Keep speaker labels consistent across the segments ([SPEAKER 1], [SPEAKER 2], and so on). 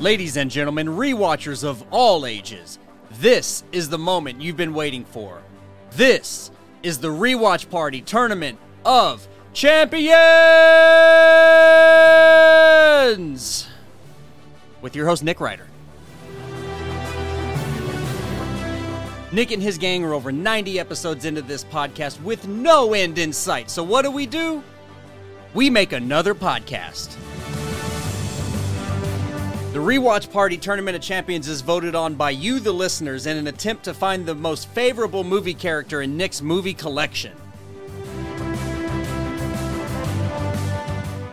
[SPEAKER 1] Ladies and gentlemen, rewatchers of all ages, this is the moment you've been waiting for. This is the rewatch party tournament of champions with your host Nick Ryder. Nick and his gang are over 90 episodes into this podcast with no end in sight. So what do we do? We make another podcast. The Rewatch Party Tournament of Champions is voted on by you, the listeners, in an attempt to find the most favorable movie character in Nick's movie collection.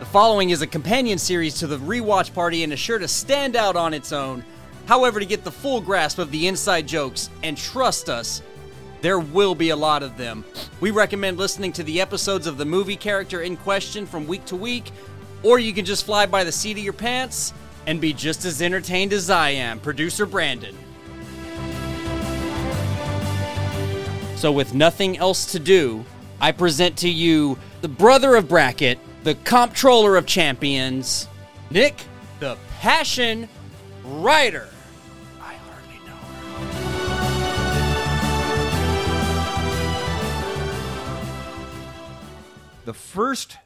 [SPEAKER 1] The following is a companion series to the Rewatch Party and is sure to stand out on its own. However, to get the full grasp of the inside jokes, and trust us, there will be a lot of them. We recommend listening to the episodes of the movie character in question from week to week, or you can just fly by the seat of your pants and be just as entertained as I am, producer Brandon. So, with nothing else to do, I present to you the brother of Bracket, the comptroller of champions, Nick the Passion Rider. I hardly know her.
[SPEAKER 2] The first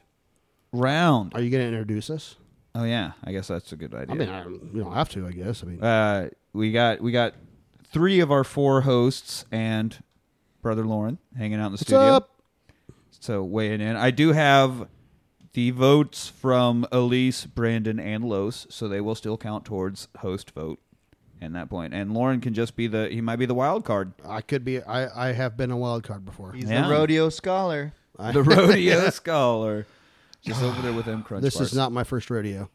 [SPEAKER 2] round.
[SPEAKER 3] Are you going to introduce us?
[SPEAKER 2] Oh yeah, I guess that's a good idea.
[SPEAKER 3] I mean, I, don't- you don't have to, I guess. I mean,
[SPEAKER 2] uh, we got we got three of our four hosts and brother Lauren hanging out in the
[SPEAKER 3] what's
[SPEAKER 2] studio.
[SPEAKER 3] up?
[SPEAKER 2] So weighing in, I do have the votes from Elise, Brandon, and Los, so they will still count towards host vote. And that point, and Lauren can just be the he might be the wild card,
[SPEAKER 3] I could be. I, I have been a wild card before.
[SPEAKER 4] He's
[SPEAKER 2] Yeah.
[SPEAKER 4] the rodeo scholar.
[SPEAKER 2] the rodeo scholar, just over there with them crunch.
[SPEAKER 3] This
[SPEAKER 2] bars.
[SPEAKER 3] is not my first rodeo.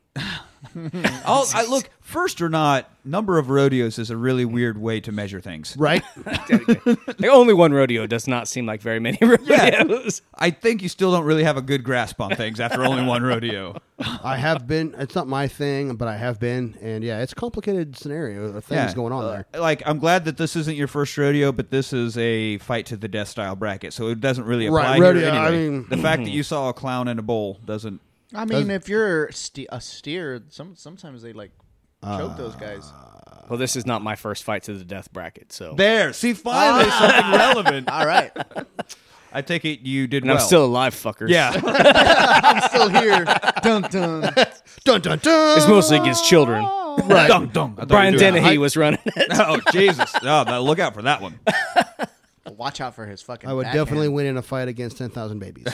[SPEAKER 2] Oh, I, look, first or not, number of rodeos is a really weird way to measure things.
[SPEAKER 3] Right?
[SPEAKER 5] Like only one rodeo does not seem like very many rodeos.
[SPEAKER 2] I think you still don't really have a good grasp on things after only one rodeo.
[SPEAKER 3] I have been. It's not my thing, but I have been. And yeah, it's a complicated scenario of things going on
[SPEAKER 2] Uh,
[SPEAKER 3] there.
[SPEAKER 2] Like, I'm glad that this isn't your first rodeo, but this is a fight to the death style bracket, so it doesn't really apply
[SPEAKER 3] Right,
[SPEAKER 2] here
[SPEAKER 3] rodeo, I
[SPEAKER 2] anyway.
[SPEAKER 3] mean- hmm.
[SPEAKER 2] the fact that you saw a clown in a bowl doesn't.
[SPEAKER 4] I mean, if you're ste- a steer, some sometimes they like choke those guys.
[SPEAKER 5] Well, this is not my first fight to the death bracket, so
[SPEAKER 2] There, see, finally
[SPEAKER 3] Ah.
[SPEAKER 2] something relevant.
[SPEAKER 4] All right,
[SPEAKER 2] I take it you did
[SPEAKER 5] and
[SPEAKER 2] well.
[SPEAKER 5] I'm still alive, fuckers.
[SPEAKER 2] yeah.
[SPEAKER 4] I'm still Uh, here. dun dun.
[SPEAKER 3] Dun dun dun.
[SPEAKER 5] it's mostly against children.
[SPEAKER 3] Oh.
[SPEAKER 2] right. Dung, dung. I thought
[SPEAKER 5] Brian
[SPEAKER 2] you were doing
[SPEAKER 5] Dennehy
[SPEAKER 2] a
[SPEAKER 5] was running it.
[SPEAKER 2] high- Oh Jesus! Oh, that- look out for that one.
[SPEAKER 4] Watch out for his fucking.
[SPEAKER 3] I would
[SPEAKER 4] backhand.
[SPEAKER 3] definitely win in a fight against ten thousand babies.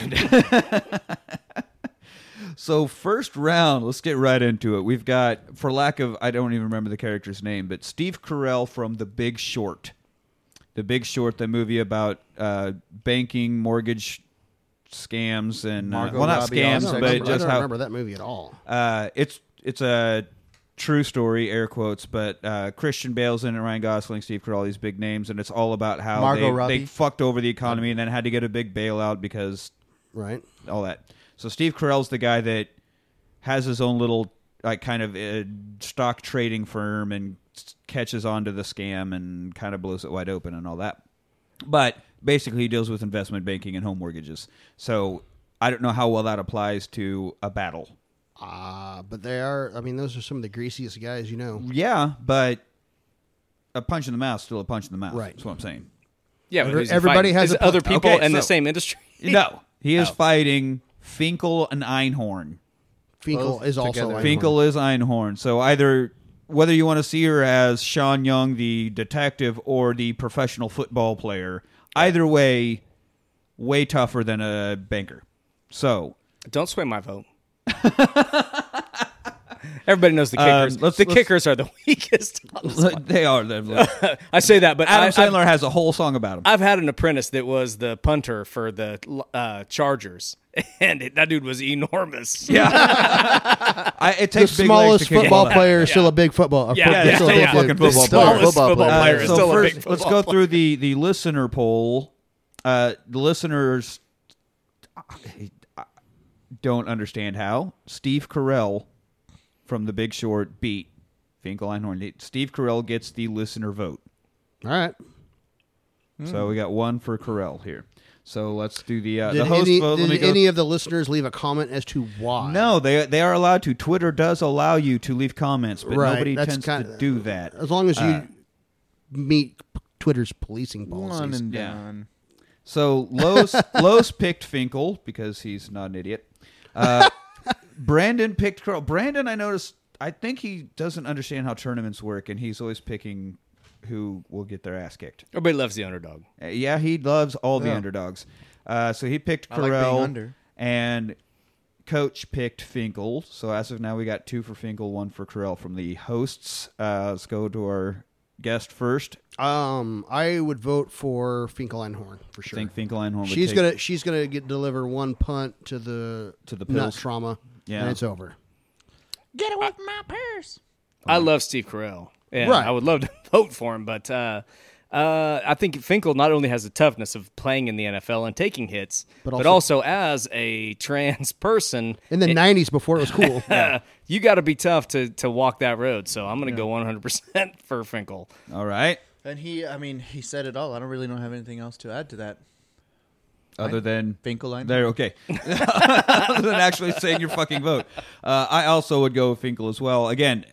[SPEAKER 2] So first round, let's get right into it. We've got, for lack of, I don't even remember the character's name, but Steve Carell from The Big Short. The Big Short, the movie about uh, banking, mortgage scams, and uh,
[SPEAKER 4] Margot
[SPEAKER 2] well, not
[SPEAKER 4] Robbie
[SPEAKER 2] scams,
[SPEAKER 3] I
[SPEAKER 4] also
[SPEAKER 3] don't,
[SPEAKER 2] but
[SPEAKER 3] remember, I
[SPEAKER 2] just
[SPEAKER 3] don't
[SPEAKER 2] how
[SPEAKER 3] remember that movie at all.
[SPEAKER 2] uh, it's it's a true story, air quotes, but uh, Christian Bale's in it, Ryan Gosling, Steve Carell, these big names, and it's all about how
[SPEAKER 4] Margot
[SPEAKER 2] they,
[SPEAKER 4] Robbie.
[SPEAKER 2] they fucked over the economy and then had to get a big bailout because
[SPEAKER 3] Right?
[SPEAKER 2] all that. So Steve Carell's the guy that has his own little like kind of uh, stock trading firm and s- catches on to the scam and kind of blows it wide open and all that. But basically, he deals with investment banking and home mortgages. So I don't know how well that applies to a battle.
[SPEAKER 3] Uh, but they are. I mean, those are some of the greasiest guys you know.
[SPEAKER 2] Yeah, but a punch in the mouth, is still a punch in the mouth.
[SPEAKER 3] Right.
[SPEAKER 2] That's what I'm saying.
[SPEAKER 5] Yeah, but
[SPEAKER 3] Every-
[SPEAKER 5] who's he
[SPEAKER 3] everybody
[SPEAKER 5] fighting?
[SPEAKER 3] has
[SPEAKER 5] Is
[SPEAKER 3] a
[SPEAKER 5] it other
[SPEAKER 3] pl-
[SPEAKER 5] people
[SPEAKER 2] Okay,
[SPEAKER 5] in the
[SPEAKER 2] so-
[SPEAKER 5] same industry.
[SPEAKER 2] No, he is fighting Finkel and Einhorn.
[SPEAKER 3] Finkel
[SPEAKER 4] Both
[SPEAKER 3] is also
[SPEAKER 4] together.
[SPEAKER 3] Einhorn.
[SPEAKER 2] Finkel is Einhorn. So either whether you want to see her as Sean Young, the detective, or the professional football player, either way, way tougher than a banker. So
[SPEAKER 5] Don't sway my vote. Everybody knows the kickers.
[SPEAKER 2] Uh, let's-
[SPEAKER 5] the
[SPEAKER 2] let's-
[SPEAKER 5] kickers are the weakest.
[SPEAKER 2] they are. they're-
[SPEAKER 5] I say that, but
[SPEAKER 2] Adam
[SPEAKER 5] I, I've-
[SPEAKER 2] Sandler has a whole song about him.
[SPEAKER 5] I've had an apprentice that was the punter for the uh, Chargers, and it, that dude was enormous.
[SPEAKER 2] yeah, I, it
[SPEAKER 3] the
[SPEAKER 2] takes big legs
[SPEAKER 3] smallest
[SPEAKER 2] to kick
[SPEAKER 3] football
[SPEAKER 2] all that.
[SPEAKER 3] player is still a big football.
[SPEAKER 5] Yeah,
[SPEAKER 3] a
[SPEAKER 5] yeah,
[SPEAKER 3] still a
[SPEAKER 5] yeah,
[SPEAKER 3] big
[SPEAKER 2] fucking
[SPEAKER 3] dude.
[SPEAKER 2] football
[SPEAKER 3] Still a
[SPEAKER 5] player. Smallest football player.
[SPEAKER 2] Uh,
[SPEAKER 5] is
[SPEAKER 2] so
[SPEAKER 5] still a
[SPEAKER 2] first,
[SPEAKER 5] big
[SPEAKER 2] let's go through the the listener poll. Uh, the listeners don't understand how Steve Carell from The Big Short beat Finkeleinhorn. Steve Carell gets the listener vote,
[SPEAKER 3] All right.
[SPEAKER 2] so we got one for Carell here. So let's do the uh,
[SPEAKER 3] Hmm. Did
[SPEAKER 2] the host
[SPEAKER 3] any,
[SPEAKER 2] vote. Let me
[SPEAKER 3] did
[SPEAKER 2] go-
[SPEAKER 3] any of the listeners leave a comment as to why?
[SPEAKER 2] no, they they are allowed to. Twitter does allow you to leave comments, but
[SPEAKER 3] Right,
[SPEAKER 2] nobody
[SPEAKER 3] that's
[SPEAKER 2] tends to
[SPEAKER 3] kinda-
[SPEAKER 2] do that.
[SPEAKER 3] As long as you meet Twitter's policing
[SPEAKER 4] One
[SPEAKER 3] policies.
[SPEAKER 4] and
[SPEAKER 2] Yeah.
[SPEAKER 4] done.
[SPEAKER 2] So Los Los picked Finkel because he's not an idiot. Uh, Brandon picked Carl. Brandon, I noticed. I think he doesn't understand how tournaments work, and he's always picking who will get their ass kicked.
[SPEAKER 5] Everybody loves the underdog.
[SPEAKER 2] Uh, Yeah, he loves all the underdogs. Uh, so he picked
[SPEAKER 4] Oh. I like being
[SPEAKER 2] Carell,
[SPEAKER 4] under.
[SPEAKER 2] and Coach picked Finkel. So as of now, we got two for Finkel, one for Carell from the hosts. Uh, let's go to our guest first.
[SPEAKER 3] Um, I would vote for Finkeleinhorn
[SPEAKER 2] I
[SPEAKER 3] for sure.
[SPEAKER 2] think Finkel and Horn. would
[SPEAKER 3] she's
[SPEAKER 2] take-
[SPEAKER 3] gonna she's gonna get deliver one punt to the
[SPEAKER 2] To the
[SPEAKER 3] nut
[SPEAKER 2] pills.
[SPEAKER 3] trauma.
[SPEAKER 2] Yeah.
[SPEAKER 3] and it's over.
[SPEAKER 4] Get away from my purse.
[SPEAKER 5] I love Steve Carell, and
[SPEAKER 3] Right.
[SPEAKER 5] I would love to vote for him. But uh, uh, I think Finkel not only has the toughness of playing in the NFL and taking hits, but
[SPEAKER 3] But
[SPEAKER 5] also, as a trans person,
[SPEAKER 3] In
[SPEAKER 2] Eh.
[SPEAKER 3] the nineties, before it was cool.
[SPEAKER 5] uh, you got to be tough to to walk that road. So I'm going to go 100 percent for Finkel.
[SPEAKER 3] Uh,
[SPEAKER 2] All right.
[SPEAKER 4] And he, I mean, he said it all. I don't really don't have anything else to add to that.
[SPEAKER 2] Other than
[SPEAKER 4] Finkeleinhorn?
[SPEAKER 2] There, okay. Other than actually saying your fucking vote. Uh, I also would go with Finkel as well. Again,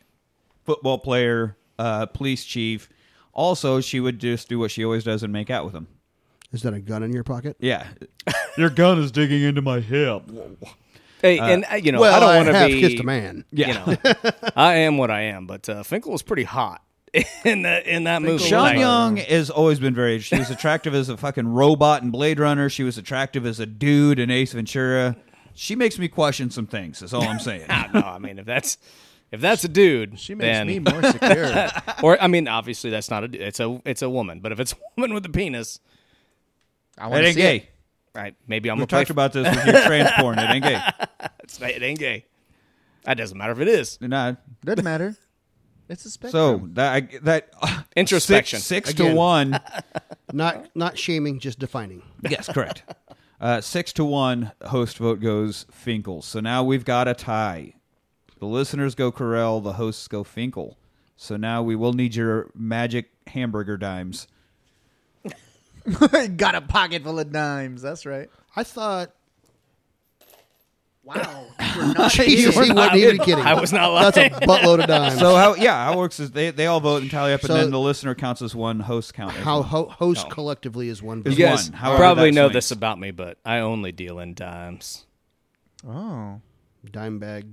[SPEAKER 2] football player, uh, police chief. Also, she would just do what she always does and make out with him.
[SPEAKER 3] Is that a gun in your pocket?
[SPEAKER 2] Yeah. your gun is digging into my hip.
[SPEAKER 5] Hey, and uh, you know
[SPEAKER 3] well,
[SPEAKER 5] I don't want to
[SPEAKER 3] have
[SPEAKER 5] be
[SPEAKER 3] kissed a man.
[SPEAKER 2] Yeah.
[SPEAKER 5] You know, I am what I am, but uh, Finkel was pretty hot in the, in that movie.
[SPEAKER 2] Sean
[SPEAKER 5] Like, uh,
[SPEAKER 2] Young has always been very. She was attractive as a fucking robot in Blade Runner. She was attractive as a dude in Ace Ventura. She makes me question some things. That's all I'm saying.
[SPEAKER 5] I don't know. I mean, if that's if that's a dude,
[SPEAKER 4] She makes
[SPEAKER 5] then-
[SPEAKER 4] me more secure.
[SPEAKER 5] or I mean, obviously that's not a du- it's a it's a woman, but if it's a woman with a penis,
[SPEAKER 4] I
[SPEAKER 2] It
[SPEAKER 4] want to
[SPEAKER 2] ain't
[SPEAKER 4] see
[SPEAKER 2] gay.
[SPEAKER 4] it.
[SPEAKER 5] right? Maybe I'm
[SPEAKER 2] We
[SPEAKER 5] gonna
[SPEAKER 2] talked about this with your trans porn. It ain't gay.
[SPEAKER 5] it's not- it ain't gay. That doesn't matter if it is.
[SPEAKER 2] Nah,
[SPEAKER 4] Doesn't matter. It's a
[SPEAKER 2] So
[SPEAKER 4] spectrum.
[SPEAKER 2] that I- that uh,
[SPEAKER 5] Introspection.
[SPEAKER 2] six, six to
[SPEAKER 3] Again.
[SPEAKER 2] one.
[SPEAKER 3] Not not shaming, just defining.
[SPEAKER 2] yes, correct. Uh, six to one host vote goes Finkel. So now we've got a tie. The listeners go Carell. The hosts go Finkel. So now we will need your magic hamburger dimes.
[SPEAKER 4] So got a pocket full of dimes. That's right.
[SPEAKER 3] I thought
[SPEAKER 4] Wow, we're not
[SPEAKER 3] Jesus, he wasn't even kidding.
[SPEAKER 5] I was not
[SPEAKER 3] That's a
[SPEAKER 5] lying.
[SPEAKER 3] buttload of dimes.
[SPEAKER 2] So how yeah, how it works is they, they all vote and tally up, and
[SPEAKER 3] So-
[SPEAKER 2] then the listener counts as one, host count as
[SPEAKER 3] How
[SPEAKER 2] one.
[SPEAKER 3] ho- host collectively is one.
[SPEAKER 2] Is
[SPEAKER 5] You guys
[SPEAKER 2] one, however
[SPEAKER 5] probably
[SPEAKER 2] that
[SPEAKER 5] know
[SPEAKER 2] swings.
[SPEAKER 5] this about me, but I only deal in dimes.
[SPEAKER 4] Oh,
[SPEAKER 3] dime bag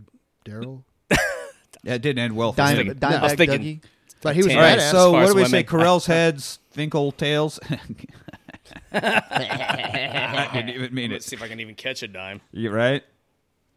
[SPEAKER 3] Daryl.
[SPEAKER 2] That didn't end well. For
[SPEAKER 4] dime,
[SPEAKER 2] him.
[SPEAKER 4] dime
[SPEAKER 5] I was
[SPEAKER 4] bag
[SPEAKER 5] thinking-
[SPEAKER 4] Dougie.
[SPEAKER 3] But he was
[SPEAKER 5] All
[SPEAKER 2] All right,
[SPEAKER 3] badass.
[SPEAKER 2] so
[SPEAKER 5] As far
[SPEAKER 2] what
[SPEAKER 5] as
[SPEAKER 2] do we say?
[SPEAKER 5] women.
[SPEAKER 2] Carell's heads, Finkel tails. I didn't even mean
[SPEAKER 5] Let's
[SPEAKER 2] it.
[SPEAKER 5] see if I can even catch a dime.
[SPEAKER 2] You right?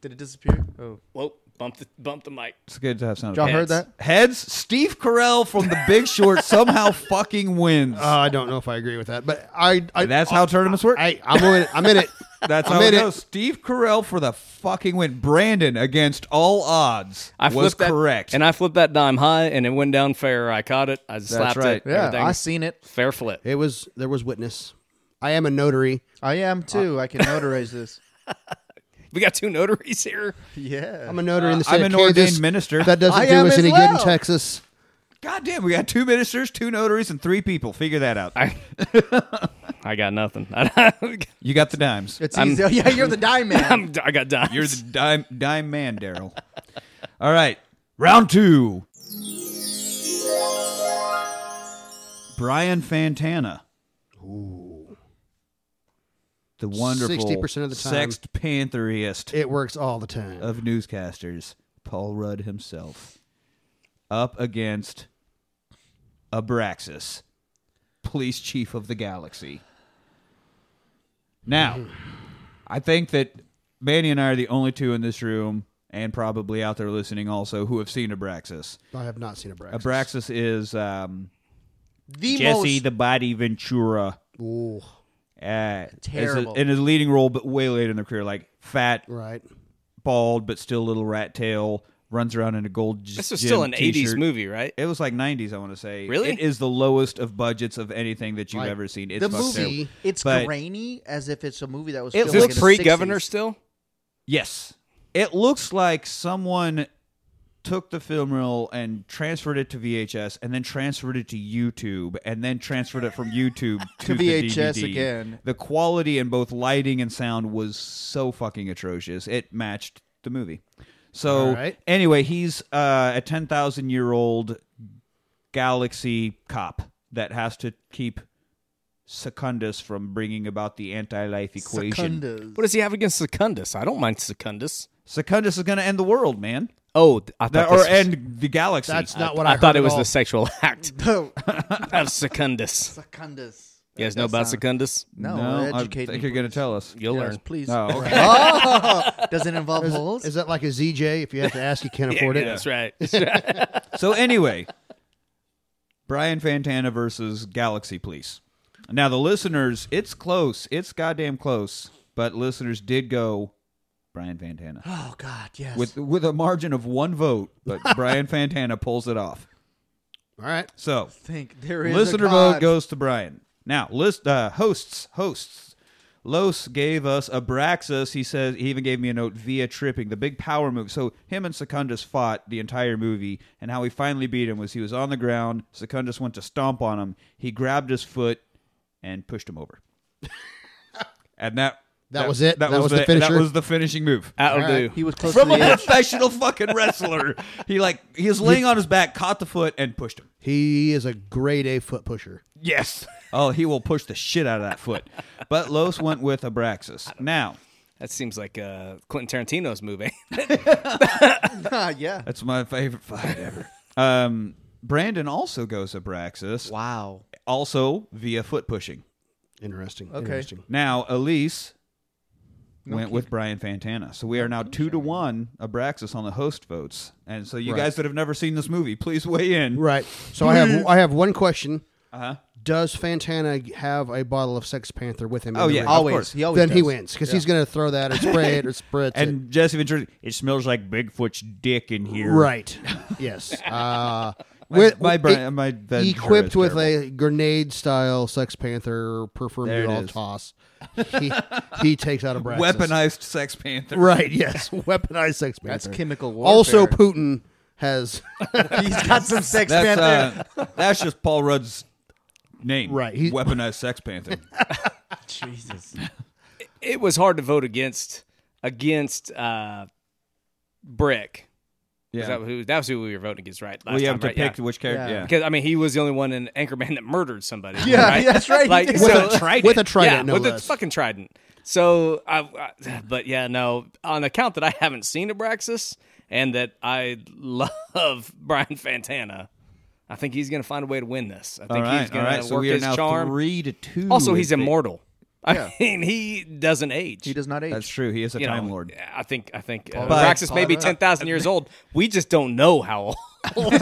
[SPEAKER 4] Did it disappear? Oh,
[SPEAKER 5] Whoa! Bump the bump the mic.
[SPEAKER 2] It's good to have sound.
[SPEAKER 4] y'all
[SPEAKER 2] effects.
[SPEAKER 4] heard that?
[SPEAKER 2] Heads, Steve Carell from The Big Short somehow fucking wins.
[SPEAKER 3] Uh, I don't know if I agree with that, but I, I
[SPEAKER 2] That's how tournaments work.
[SPEAKER 3] I, I'm in it. I'm in it.
[SPEAKER 2] That's
[SPEAKER 3] I'm
[SPEAKER 2] how it
[SPEAKER 3] in it.
[SPEAKER 2] goes. Steve Carell for the fucking win. Brandon against all odds
[SPEAKER 5] I
[SPEAKER 2] was
[SPEAKER 5] flipped that-
[SPEAKER 2] correct.
[SPEAKER 5] and I flipped that dime high, and it went down fair. I caught it. I slapped
[SPEAKER 2] right.
[SPEAKER 5] it.
[SPEAKER 4] yeah,
[SPEAKER 5] everything.
[SPEAKER 4] I seen it.
[SPEAKER 5] fair flip.
[SPEAKER 3] It was there was witness. I am a notary.
[SPEAKER 4] I am too. I can notarize this.
[SPEAKER 5] We got two notaries here.
[SPEAKER 4] Yeah.
[SPEAKER 3] I'm a notary in the
[SPEAKER 2] Uh,
[SPEAKER 3] state
[SPEAKER 2] I'm
[SPEAKER 3] of
[SPEAKER 2] an ordained
[SPEAKER 3] Kansas.
[SPEAKER 2] minister.
[SPEAKER 3] That doesn't
[SPEAKER 4] I
[SPEAKER 3] do
[SPEAKER 4] am
[SPEAKER 3] us
[SPEAKER 4] as
[SPEAKER 3] any good in
[SPEAKER 4] well.
[SPEAKER 3] Texas.
[SPEAKER 2] God damn, we got two ministers, two notaries, and three people. Figure that out.
[SPEAKER 5] I, I got nothing.
[SPEAKER 2] you got the dimes.
[SPEAKER 4] It's easy. Oh, yeah, you're the dime man.
[SPEAKER 5] I'm, I got dimes.
[SPEAKER 2] You're the dime, dime man, Daryl. all right, round two. Brian Fantana. The wonderful
[SPEAKER 3] 60% of the time.
[SPEAKER 2] sexed pantheriest
[SPEAKER 3] It works all the time.
[SPEAKER 2] of newscasters, Paul Rudd himself, up against Abraxas, police chief of the galaxy. Now, I think that Manny and I are the only two in this room, and probably out there listening also, who have seen Abraxas.
[SPEAKER 3] I have not seen a Brax.
[SPEAKER 2] Abraxas is um,
[SPEAKER 4] the
[SPEAKER 2] Jesse
[SPEAKER 4] most
[SPEAKER 2] the Body Ventura.
[SPEAKER 3] Ooh,
[SPEAKER 2] Uh, as a-
[SPEAKER 4] Terrible.
[SPEAKER 2] in his leading role, but way late in their career, like fat,
[SPEAKER 3] right.
[SPEAKER 2] bald but still little rat tail runs around in a gold. G-
[SPEAKER 5] This was still
[SPEAKER 2] gym
[SPEAKER 5] an
[SPEAKER 2] t-shirt.
[SPEAKER 5] 80s movie, right?
[SPEAKER 2] It was like '90s, I want to say.
[SPEAKER 5] Really?
[SPEAKER 2] it is the lowest of budgets of anything that you've
[SPEAKER 3] Like,
[SPEAKER 2] ever seen. It's
[SPEAKER 4] the
[SPEAKER 2] fucked
[SPEAKER 4] movie.
[SPEAKER 2] up.
[SPEAKER 4] It's
[SPEAKER 2] But-
[SPEAKER 4] grainy as if it's a movie that was.
[SPEAKER 2] It
[SPEAKER 5] Is
[SPEAKER 4] filmed
[SPEAKER 2] looks
[SPEAKER 4] in the
[SPEAKER 5] this pre governor
[SPEAKER 4] 60s.
[SPEAKER 5] still?
[SPEAKER 2] Yes, it looks like someone took the film reel and transferred it to VHS, and then transferred it to YouTube, and then transferred it from YouTube to, the
[SPEAKER 4] VHS
[SPEAKER 2] DVD.
[SPEAKER 4] again.
[SPEAKER 2] The quality in both lighting and sound was so fucking atrocious. It matched the movie. So
[SPEAKER 3] All right.
[SPEAKER 2] anyway, he's uh, a ten thousand year old galaxy cop that has to keep Secundus from bringing about the anti-life equation.
[SPEAKER 4] Secundas.
[SPEAKER 5] What does he have against Secundus? I don't mind Secundus.
[SPEAKER 2] Secundus is going to end the world, man,
[SPEAKER 5] Oh, th- I thought
[SPEAKER 2] That-
[SPEAKER 5] this
[SPEAKER 2] or
[SPEAKER 5] was-
[SPEAKER 2] end the galaxy.
[SPEAKER 3] That's not what I,
[SPEAKER 5] I thought
[SPEAKER 3] heard
[SPEAKER 5] it was
[SPEAKER 3] at
[SPEAKER 5] the
[SPEAKER 3] all.
[SPEAKER 5] sexual act of Secundus.
[SPEAKER 4] Secundas.
[SPEAKER 5] You guys know
[SPEAKER 4] That
[SPEAKER 5] about
[SPEAKER 4] sound-
[SPEAKER 5] Secundus?
[SPEAKER 4] No,
[SPEAKER 2] I
[SPEAKER 4] educate
[SPEAKER 2] think
[SPEAKER 4] me.
[SPEAKER 2] you're going to tell us.
[SPEAKER 5] You'll
[SPEAKER 4] Yes,
[SPEAKER 5] learn.
[SPEAKER 4] please.
[SPEAKER 2] Oh, okay.
[SPEAKER 4] Oh, does it involve holes?
[SPEAKER 3] Is that like a ZJ? If you have to ask, you can't afford
[SPEAKER 5] Yeah,
[SPEAKER 3] it.
[SPEAKER 5] That's right.
[SPEAKER 2] so anyway, Brian Fantana versus Galaxy Police. Now the listeners, it's close. It's goddamn close. But listeners did go Brian Fantana
[SPEAKER 4] oh God, yes.
[SPEAKER 2] with with a margin of one vote, but Brian Fantana pulls it off.
[SPEAKER 3] All right.
[SPEAKER 2] So
[SPEAKER 4] think there is
[SPEAKER 2] listener
[SPEAKER 4] a God.
[SPEAKER 2] vote goes to Brian. Now, list uh, hosts, hosts. Los gave us Abraxas. He says he even gave me a note via tripping the big power move. So him and Secundus fought the entire movie, and how he finally beat him was he was on the ground. Secundus went to stomp on him. He grabbed his foot and pushed him over, and that
[SPEAKER 3] That was it? That was the
[SPEAKER 2] That
[SPEAKER 3] finisher?
[SPEAKER 2] was the finishing move
[SPEAKER 5] That'll
[SPEAKER 4] All right,
[SPEAKER 5] do.
[SPEAKER 4] Uh, He was close
[SPEAKER 2] from
[SPEAKER 4] to
[SPEAKER 2] a
[SPEAKER 4] the edge.
[SPEAKER 2] professional fucking wrestler. He like he was laying on his back, caught the foot, and pushed him.
[SPEAKER 3] He is a grade A foot pusher.
[SPEAKER 2] Yes. oh, he will push the shit out of that foot. But Los went with Abraxas. Now,
[SPEAKER 5] That seems like uh, Quentin Tarantino's movie.
[SPEAKER 4] Ah, yeah.
[SPEAKER 2] that's my favorite fight ever. Um, Brandon also goes Abraxas,
[SPEAKER 4] Wow.
[SPEAKER 2] also via foot pushing.
[SPEAKER 3] Interesting.
[SPEAKER 4] Okay.
[SPEAKER 3] Interesting.
[SPEAKER 2] Now, Elise went with Brian Fantana. So we are now two to one Abraxas on the host votes. And so you
[SPEAKER 3] Right.
[SPEAKER 2] guys that have never seen this movie, please weigh in.
[SPEAKER 3] Right. So I have I have one question.
[SPEAKER 2] Uh-huh.
[SPEAKER 3] Does Fantana have a bottle of Sex Panther with him? in
[SPEAKER 2] Oh,
[SPEAKER 3] the
[SPEAKER 2] yeah.
[SPEAKER 3] ring?
[SPEAKER 2] Of
[SPEAKER 4] Always.
[SPEAKER 2] course.
[SPEAKER 4] He always
[SPEAKER 3] then he
[SPEAKER 4] does.
[SPEAKER 3] wins because he's going to throw that and spray it or spritz it.
[SPEAKER 2] And Jesse Ventura, it smells like Bigfoot's dick in here.
[SPEAKER 3] Right. Yes. Uh,
[SPEAKER 2] My- my bra-
[SPEAKER 3] e-
[SPEAKER 2] my Ventura
[SPEAKER 3] equipped
[SPEAKER 2] is
[SPEAKER 3] with a grenade style Sex Panther
[SPEAKER 2] There it
[SPEAKER 3] performance all
[SPEAKER 2] is.
[SPEAKER 3] toss. He, he takes out a Braxis.
[SPEAKER 2] Weaponized Sex Panther.
[SPEAKER 3] Right. Yes. Weaponized Sex Panther.
[SPEAKER 4] That's chemical warfare.
[SPEAKER 3] Also, Putin has
[SPEAKER 4] he's got some sex
[SPEAKER 2] That's
[SPEAKER 4] man there.
[SPEAKER 2] uh, that's just Paul Rudd's name,
[SPEAKER 3] Right, he-
[SPEAKER 2] Weaponized Sex Panther.
[SPEAKER 4] Jesus.
[SPEAKER 5] it was hard to vote against against uh, Brick.
[SPEAKER 2] Yeah,
[SPEAKER 5] Is that, who, that was who we were voting against, right? Last
[SPEAKER 2] well, you have
[SPEAKER 5] time,
[SPEAKER 2] to
[SPEAKER 5] right?
[SPEAKER 2] pick
[SPEAKER 5] Yeah.
[SPEAKER 2] which character.
[SPEAKER 4] Yeah.
[SPEAKER 2] Yeah,
[SPEAKER 5] Because I mean, he was the only one in Anchorman that murdered somebody.
[SPEAKER 4] Yeah,
[SPEAKER 5] right?
[SPEAKER 4] that's right.
[SPEAKER 5] Like
[SPEAKER 4] With
[SPEAKER 5] so,
[SPEAKER 3] a trident. With a trident,
[SPEAKER 5] yeah,
[SPEAKER 3] no
[SPEAKER 5] with
[SPEAKER 3] less.
[SPEAKER 5] a fucking trident. So, I, I, but yeah, no. On account that I haven't seen Abraxas and that I love Brian Fantana, I think he's going to find a way to win this. I
[SPEAKER 2] all
[SPEAKER 5] think he's
[SPEAKER 2] right, all
[SPEAKER 5] going
[SPEAKER 2] right.
[SPEAKER 5] to
[SPEAKER 2] So
[SPEAKER 5] work
[SPEAKER 2] we are
[SPEAKER 5] his
[SPEAKER 2] now
[SPEAKER 5] charm.
[SPEAKER 2] three to two.
[SPEAKER 5] also, he's
[SPEAKER 2] I think.
[SPEAKER 5] immortal. I
[SPEAKER 4] Yeah.
[SPEAKER 5] mean, he doesn't age.
[SPEAKER 4] He does not age.
[SPEAKER 2] That's true. He is a
[SPEAKER 5] you know,
[SPEAKER 2] time lord.
[SPEAKER 5] I think I think uh,
[SPEAKER 2] But-
[SPEAKER 5] Abraxas may be
[SPEAKER 4] Paul-
[SPEAKER 5] ten thousand years old. We just don't know how old.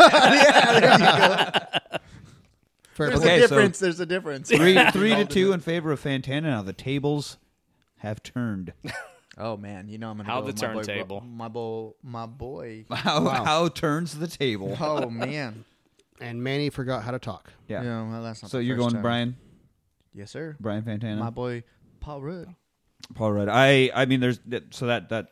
[SPEAKER 3] fair
[SPEAKER 4] There's
[SPEAKER 2] Okay,
[SPEAKER 4] a
[SPEAKER 2] so-
[SPEAKER 4] difference. There's a difference.
[SPEAKER 2] Three, three to two in favor of Fantana. Now the tables have turned.
[SPEAKER 4] Oh man, you know I'm gonna
[SPEAKER 5] How
[SPEAKER 4] go
[SPEAKER 5] the
[SPEAKER 4] with my boy-
[SPEAKER 5] turntable.
[SPEAKER 4] My boy, my boy.
[SPEAKER 2] How, how turns the table?
[SPEAKER 4] Oh man.
[SPEAKER 3] and Manny forgot how to talk.
[SPEAKER 2] Yeah.
[SPEAKER 4] Yeah, well, that's not
[SPEAKER 2] So
[SPEAKER 4] the
[SPEAKER 2] you're
[SPEAKER 4] first
[SPEAKER 2] going
[SPEAKER 4] time.
[SPEAKER 2] Brian,
[SPEAKER 4] Yes, sir.
[SPEAKER 2] Brian Fantana,
[SPEAKER 4] My boy, Paul Rudd.
[SPEAKER 2] Paul Rudd. I, I mean, there's that- so that that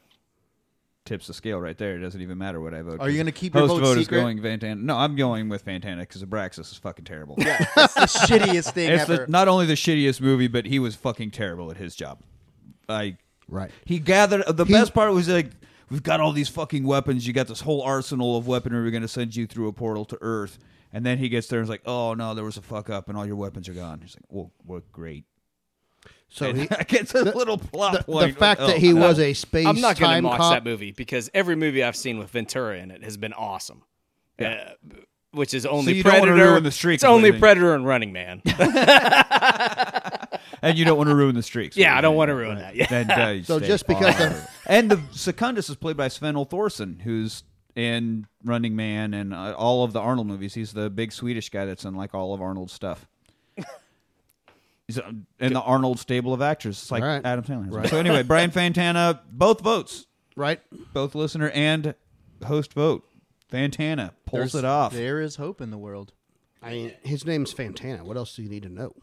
[SPEAKER 2] tips the scale right there. It doesn't even matter what I vote.
[SPEAKER 4] Are you
[SPEAKER 2] 'cause
[SPEAKER 4] gonna keep your
[SPEAKER 2] host
[SPEAKER 4] vote
[SPEAKER 2] is
[SPEAKER 4] secret?
[SPEAKER 2] going Fantana. No, I'm going with Fantana because Abraxas is fucking terrible.
[SPEAKER 4] Yeah, that's the shittiest thing
[SPEAKER 2] It's
[SPEAKER 4] ever.
[SPEAKER 2] the, not only the shittiest movie, but he was fucking terrible at his job. I
[SPEAKER 3] Right.
[SPEAKER 2] he gathered the best part was like we've got all these fucking weapons. You got this whole arsenal of weaponry. We're gonna send you through a portal to Earth, and then he gets there and is like, "Oh no, there was a fuck up, and all your weapons are gone." He's like, "Well, well great."
[SPEAKER 3] So he,
[SPEAKER 2] I gets a little plot
[SPEAKER 3] the, the
[SPEAKER 2] point.
[SPEAKER 3] fact
[SPEAKER 2] Oh,
[SPEAKER 3] that he
[SPEAKER 2] no.
[SPEAKER 3] was a space
[SPEAKER 5] I'm not going
[SPEAKER 3] time
[SPEAKER 5] to mock
[SPEAKER 3] cop.
[SPEAKER 5] that movie because every movie I've seen with Ventura in it has been awesome. Uh, which is only
[SPEAKER 2] you don't wanna
[SPEAKER 5] Predator.
[SPEAKER 2] ruin the streak
[SPEAKER 5] it's
[SPEAKER 2] of
[SPEAKER 5] only
[SPEAKER 2] anything.
[SPEAKER 5] Predator and Running Man.
[SPEAKER 2] and you don't want to ruin the streaks.
[SPEAKER 5] yeah, I don't want to ruin that. Yeah.
[SPEAKER 2] Then, uh, you
[SPEAKER 3] So
[SPEAKER 2] stay
[SPEAKER 3] just because
[SPEAKER 2] far.
[SPEAKER 3] the-
[SPEAKER 2] and the Secundus is played by Sven Thorson, who's in Running Man and uh, all of the Arnold movies. He's the big Swedish guy that's in like all of Arnold's stuff. He's uh, in the Arnold stable of actors. It's like
[SPEAKER 3] All right.
[SPEAKER 2] Adam Sandler.
[SPEAKER 3] Right.
[SPEAKER 2] So anyway, Brian Fantana, both votes,
[SPEAKER 3] Right.
[SPEAKER 2] both listener and host vote. Fantana pulls it off.
[SPEAKER 4] There is hope in the world.
[SPEAKER 3] I mean, his name's Fantana. What else do you need to know?